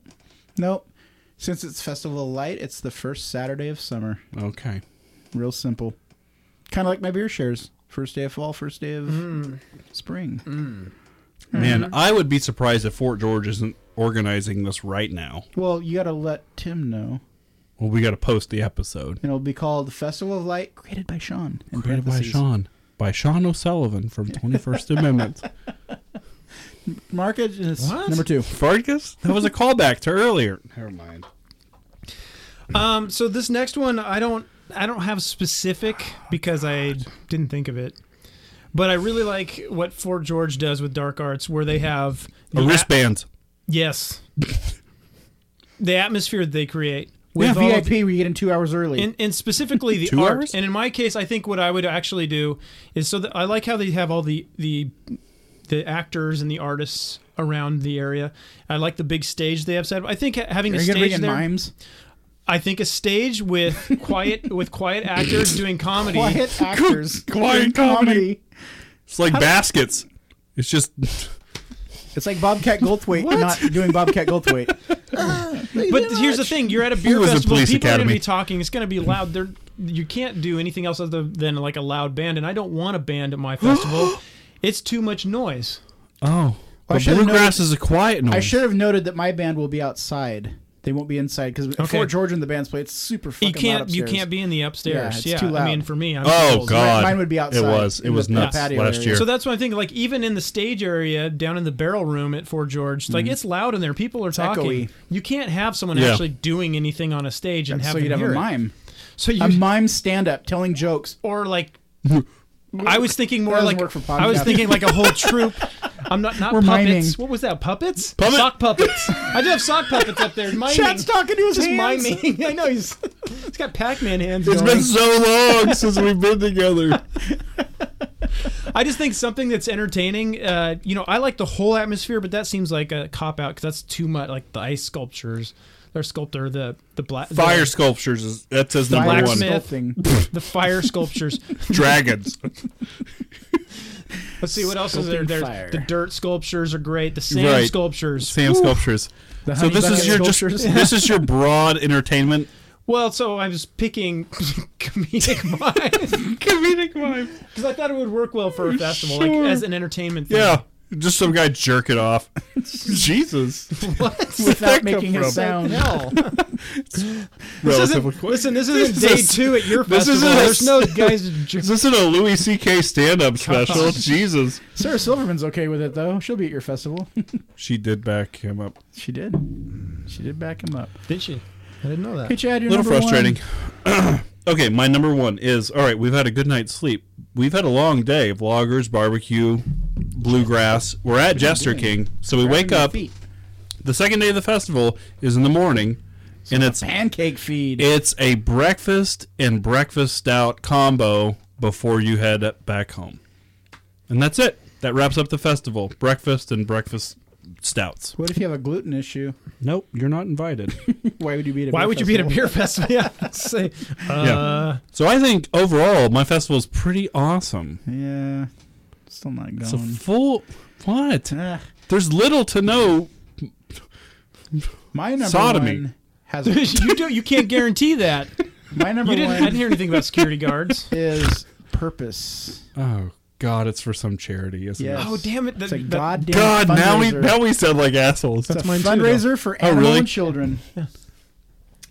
Nope. Since it's Festival of Light, it's the first Saturday of summer. Okay. Real simple. Kind of like my beer shares. First day of fall, first day of Mm. spring. Man, I would be surprised if Fort George isn't organizing this right now. Well, you got to let Tim know. Well, we got to post the episode. And it'll be called Festival of Light, created by Sean. in Created by parentheses. Sean. By Sean O'Sullivan [LAUGHS] from 21st Amendment. Mark it as What? number two. Fargus? That was a callback to earlier. Never mind. Um. So this next one, I don't, I don't have specific because I didn't think of it, but I really like what Fort George does with dark arts, where they have A wristband. [LAUGHS] Yes. the atmosphere that they create. With all of- VIP, we get in two hours early. and, and specifically the Two art. hours? And in my case, I think what I would actually do is so that I like how they have all the the the actors and the artists around the area. I like the big stage they have set up. I think ha- having Are a you gonna stage bring in there. mimes? I think a stage with quiet with quiet actors doing comedy. [LAUGHS] Quiet actors, Quiet doing comedy. It's like baskets. [LAUGHS] It's just. It's like Bobcat Goldthwait not doing Bobcat Goldthwait. But here's the thing: you're at a beer was the festival. police People are going academy? to be talking. It's going to be loud. They're, you can't do anything else other than like a loud band, and I don't want a band at my festival. it's too much noise. Oh. But should've bluegrass is a quiet noise. I should have noted that my band will be outside. They won't be inside because before George and the bands play, it's super fucking You can't. loud you upstairs. can't be in the upstairs. Yeah, Yeah, it's too I loud. mean, for me, I'm Oh, old. God. Mine would be outside It was. It in was the nuts patio last area. year. So that's what I'm thinking. Like even in the stage area, down in the barrel room at Fort George, it's like it's loud in there. People are talking. Mm-hmm. echoey. You can't have someone Yeah. actually doing anything on a stage and have So them you'd have hear a it. mime, So you a mime stand up telling jokes. [LAUGHS] or like I was thinking more doesn't like work for I was podcasting. [LAUGHS] thinking like a whole troop. I'm not not We're puppets. miming. What was that? Puppets? Sock puppets. I do have sock puppets up [LAUGHS] there. Miming. Chad's talking to his Just hands. [LAUGHS] miming. [LAUGHS] I know he's he's got Pac-Man hands. It's going. been so [LAUGHS] long since we've been together. I just think something that's entertaining. Uh, you know, I like the whole atmosphere, but that seems like a cop out because that's too much. Like the ice sculptures, their sculptor, the the black Fire the, sculptures is that says number one. blacksmith. Sculpting. the fire [LAUGHS] sculptures. Dragons. Let's see what else is there. Sculpting There's fire. the dirt sculptures are great. The sand Right. sculptures. Sam sculptures. The So honey this bucket is your [LAUGHS] just, sculptures. this is your broad entertainment. Well, so I was picking [LAUGHS] comedic mime [LAUGHS] Comedic vibe. because I thought it would work well for a festival, Sure. like as an entertainment. Thing. [LAUGHS] Yeah. Just some guy jerk it off. [LAUGHS] Jesus. without making come a from? sound. Hell. [LAUGHS] This Relatively isn't, quick. listen, this isn't This day is- two at your this festival. isn't a- There's no guys. [LAUGHS] j- Is this in a Louis [LAUGHS] C.K. stand-up special? God. Jesus. Sarah Silverman's okay with it though. She'll be at your festival. [LAUGHS] She did back him up. she did. She did back him up. Did she? I didn't know Hey that. Chad, you're A little number frustrating. [CLEARS THROAT] okay, my number one is all right. We've had a good night's sleep. We've had a long day. Vloggers, barbecue, bluegrass. We're at Jester King, so we One. wake up. Feet. The second day of the festival is in the morning, and it's Pancake feed. it's a breakfast and breakfast out combo before you head up back home, and that's it. That wraps up the festival. Breakfast and breakfast stouts. what if you have a gluten issue? Nope, you're not invited. [LAUGHS] Why would you be at a Why beer would you be at a festival? beer festival? [LAUGHS] Yeah, say, uh, So I think overall my festival is pretty awesome. Yeah. Still not going. It's a full what? Ah, There's little to no. my number Sodomy. one has [LAUGHS] [LAUGHS] a, you do. You can't guarantee [LAUGHS] that. my number You didn't. I one didn't hear anything about security [LAUGHS] guards. is purpose. Oh God, it's for some charity, isn't Yes. it? Oh damn it! It's a that- that- goddamn God, now we fundraiser. now we sound like assholes. It's a mine too, fundraiser for Oh, animals really? and children.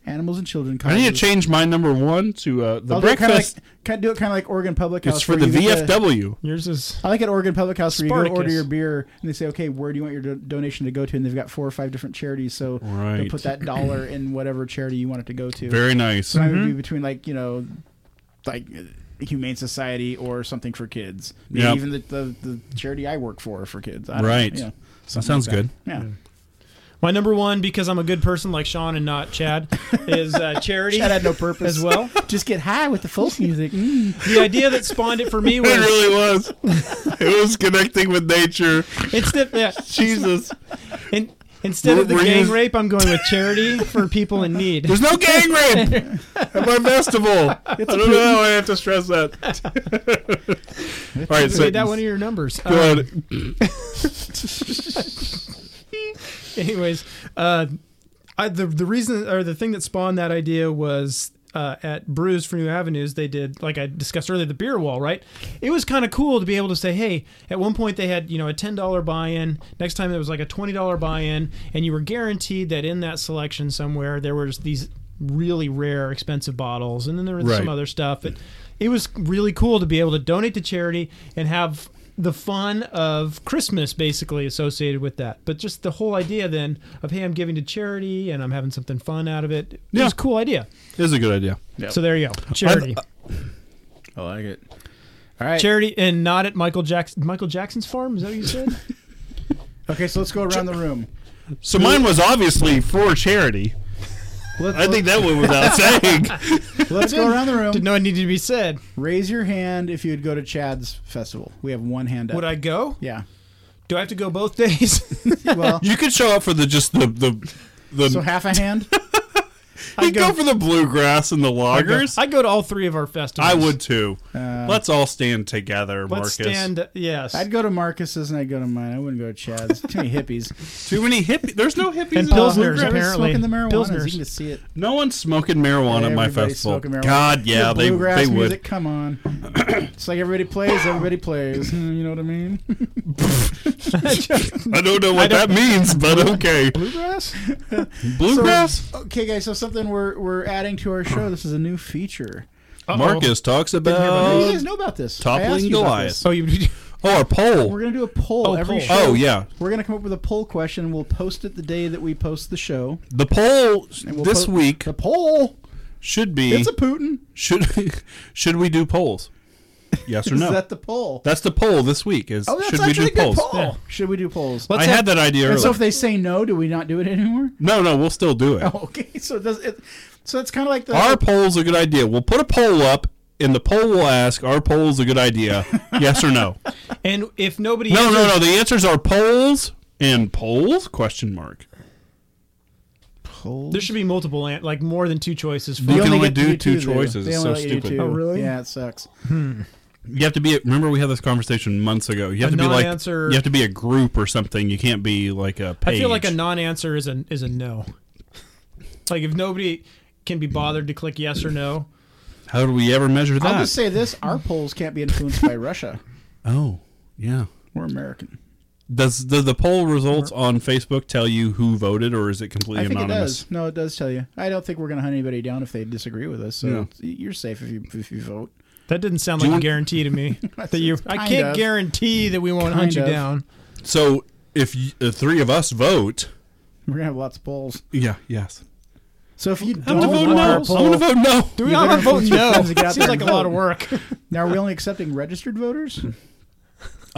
Animals and children. I need to causes. change my number one to uh, the I'll do it kinda breakfast. Like, kind of do it kind of like Oregon Public House. it's for where the you get the- VFW. yours is. I like at Oregon Public House where you go Spartacus. order your beer and they say, okay, where do you want your do- donation to go to? And they've got four or five different charities, so Right. they'll put that dollar in whatever charity you want it to go to. Very Mm-hmm. nice. so it would be between like you know, like uh, Humane Society or something for kids. Maybe Yep. Even the, the the charity I work for for kids. I don't Right. Know, you know, That something sounds like good. Yeah. My number one, because I'm a good person like Sean and not Chad, is [LAUGHS] uh, charity That had no purpose. as well. Just get high with the folk music. Mm. The idea that spawned it for me [LAUGHS] It was really was. [LAUGHS] it was connecting with nature. it's the, yeah, Jesus. in, instead of the Were you- gang rape, I'm going with charity for people in need. There's no gang rape at my festival. I don't know how I have to stress [LAUGHS] that. All right, so Made that one of your numbers. go Uh, ahead. [LAUGHS] anyways, uh, I, the the reason or the thing that spawned that idea was uh, at Brews for New Avenues. They did like I discussed earlier the beer wall, right? It was kind of cool to be able to say, hey, at one point they had you know a ten dollar buy in. Next time it was like a twenty dollar buy in, and you were guaranteed that in that selection somewhere there was these really rare expensive bottles, and then there was some Right. other stuff. But it was really cool to be able to donate to charity and have the fun of Christmas basically associated with that. But just the whole idea then of hey, I'm giving to charity and I'm having something fun out of it. It Yeah. was a cool idea. This is a good idea. So there you go, charity, I like it. All right. charity, and not at Michael Jackson. Michael Jackson's farm is that what you [LAUGHS] said? Okay, so let's go around the room. So mine was obviously for charity. Let's, I think that one was [LAUGHS] out saying. let's go around the room. Didn't know it needed to be said. Raise your hand if you would go to Chad's festival. We have one hand up. Would I go? Yeah. Do I have to go both days? [LAUGHS] Well, You could show up for the just the the the. so half a hand. you go, for the bluegrass and the loggers. I, I go to all three of our festivals. would too. Uh, Let's all stand together, Marcus. Let's stand. Yes. I'd go to Marcus's and I'd go to mine. I wouldn't go to Chad's. Too many hippies. Too many hippies. [LAUGHS] There's no hippies. And at all. [LAUGHS] Pilsners, Whoever's apparently. smoking the marijuana. You Pilsners. can just see it. No one's smoking marijuana at my Everybody's festival. smoking marijuana. God, yeah, The they bluegrass they would. music. Come [CLEARS THROAT] on. it's like everybody plays. Everybody plays. Hmm, you know what I [LAUGHS] mean? I don't [LAUGHS] know what that means, but okay. Bluegrass. Bluegrass. Okay, guys. So something we're we're adding to our show. This is a new feature. Marcus talks Now, you guys about know about this. I Toppling asked you about Goliath. this. Oh, you. [LAUGHS] oh We're a poll. gonna do a poll Oh, every poll. show. Oh yeah, We're gonna come up with a poll question. We'll post it the day that we post the show. the poll And we'll this po- week eh, the poll. should be [LAUGHS] It's a Putin. should should we do polls? Yes or Is no? that the poll? that's the poll this week. Is oh, that's should we actually do a good polls? poll. Should we do polls? Let's I have- had that idea earlier. and so if they say no, do we not do it anymore? [LAUGHS] no, no, we'll still do it. Okay, so it does it? So that's kind of like the Our poll's a good idea. We'll put a poll up, and the poll will ask, "Our poll's a good idea, yes or no?" And if nobody No, no, answers- no. The answers are polls and polls? Question mark. poll. there should be multiple, an- like more than two choices. For You can only only get to do do two two, though. choices. They It's so only let you do stupid. two. Oh, really? Yeah, it sucks. You have to be. Remember, we had this conversation months ago. You have A to be like. non-answer- You have to be a group or something. You can't be like a page. I feel like a non-answer is a is a no. Like if nobody can be bothered to click yes or no, How do we ever measure that? I'll just say this: our polls can't be influenced by [LAUGHS] Russia. oh, yeah. We're American. Does the, the poll results on Facebook tell you who voted, or is it completely I think anonymous? it does. No, it does tell you. I don't think we're going to hunt anybody down if they disagree with us. So No. it's- you're safe if you if you vote. that didn't sound like a want- guarantee to [LAUGHS] me. that you, I Kind can't of. guarantee that we won't hunt Kind you of. down. So if y the three of us vote, We're going to have lots of polls. yeah, yes. So if you don't I'm gonna vote want no. our I'm poll, gonna vote no. Do we You all better vote choose no? friends to get out Seems there like a and lot vote. of work. now are we only accepting registered voters?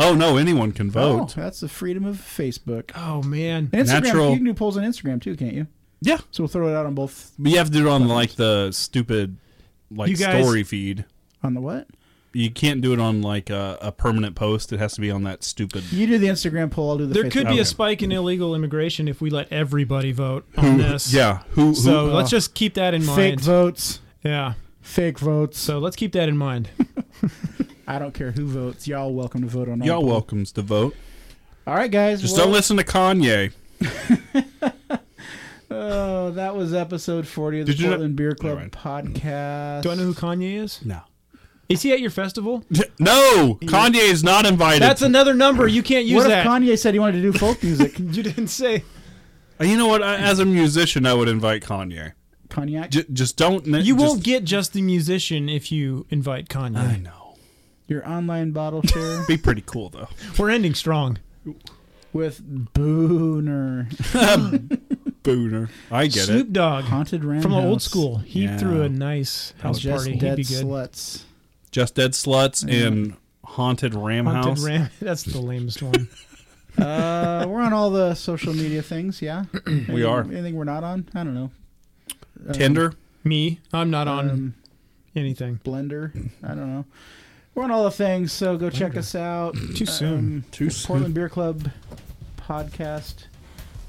Oh no, anyone can vote. Oh, that's the freedom of Facebook. Oh man, And Instagram, Natural- you can do polls on Instagram too, can't you? Yeah, So we'll throw it out on both but you have to do it on like the stupid like You guys- story feed. on the what? You can't do it on like a, a permanent post. It has to be on that stupid. You do the Instagram poll, I'll do the there Facebook. could be Okay. a spike in illegal immigration if we let everybody vote on this. Yeah, who? uh, So who let's just keep that in fake mind. votes. Yeah. Fake votes. So let's keep that in mind. I don't care who votes. Y'all welcome to vote on all y'all polls. welcomes to vote. All right, guys. Just well, don't listen to Kanye. Oh, that was episode 40 of the Did you not- Portland Beer Club Never mind. podcast. Do I know who Kanye is? No. Is he at your festival? [LAUGHS] No, Kanye is not invited. That's another number. You can't use what if that. Kanye said he wanted to do [LAUGHS] folk music? you didn't say. you know what? I, as a musician, I would invite Kanye. Cognac? J- just don't. You won't get just the musician if you invite Kanye. I know. Your online bottle share Be pretty cool though. We're ending strong. with Booner. Booner. I get Snoop it. Dogg Haunted Ram from the old House school. He Yeah. threw a nice and house Just party. He'd dead be good. sluts. Just Dead Sluts and Haunted Ram Haunted House. Ram. [LAUGHS] That's the lamest one. Uh, we're on all the social media things, yeah. Anything- are. Anything we're not on? I don't know. Um, Tinder. Me, I'm not on um, anything. Blender. I don't know. We're on all the things, so go check us [CLEARS THROAT] out. Too soon. Too soon. Portland Beer Club podcast.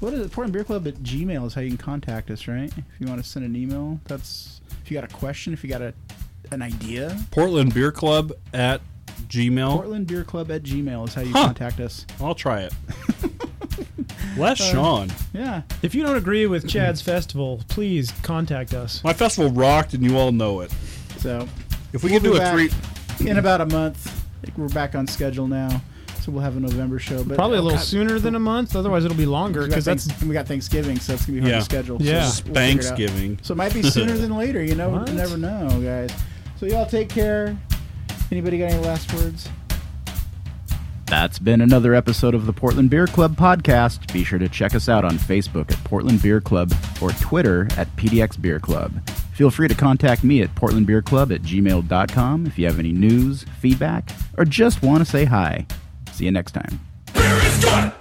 What is it? Portland Beer Club at Gmail is how you can contact us, right? If you want to send an email, that's if you got a question, if you got a an idea. Portland Beer Club at Gmail. Portland Beer Club at Gmail is how you Oh. Huh. contact us. I'll try it. Last Sean. Yeah. If you don't agree with Chad's festival, please contact us. My festival rocked and you all know it. So If we We'll could do be a back. three in about a month, I think we're back on schedule now. So we'll have a November show, but Probably a little sooner than a month. Otherwise, it'll be longer because because that's we got Thanksgiving, so it's gonna be hard Yeah. to schedule. Yeah. so we'll figure it out. Thanksgiving. So it might be sooner than later. You know, What? you never know, guys. So y'all take care. Anybody got any last words? That's been another episode of the Portland Beer Club podcast. Be sure to check us out on Facebook at Portland Beer Club or Twitter at PDX Beer Club. Feel free to contact me at portlandbeerclub at gmail.com if you have any news, feedback, or just want to say hi. See you next time. Beer is good.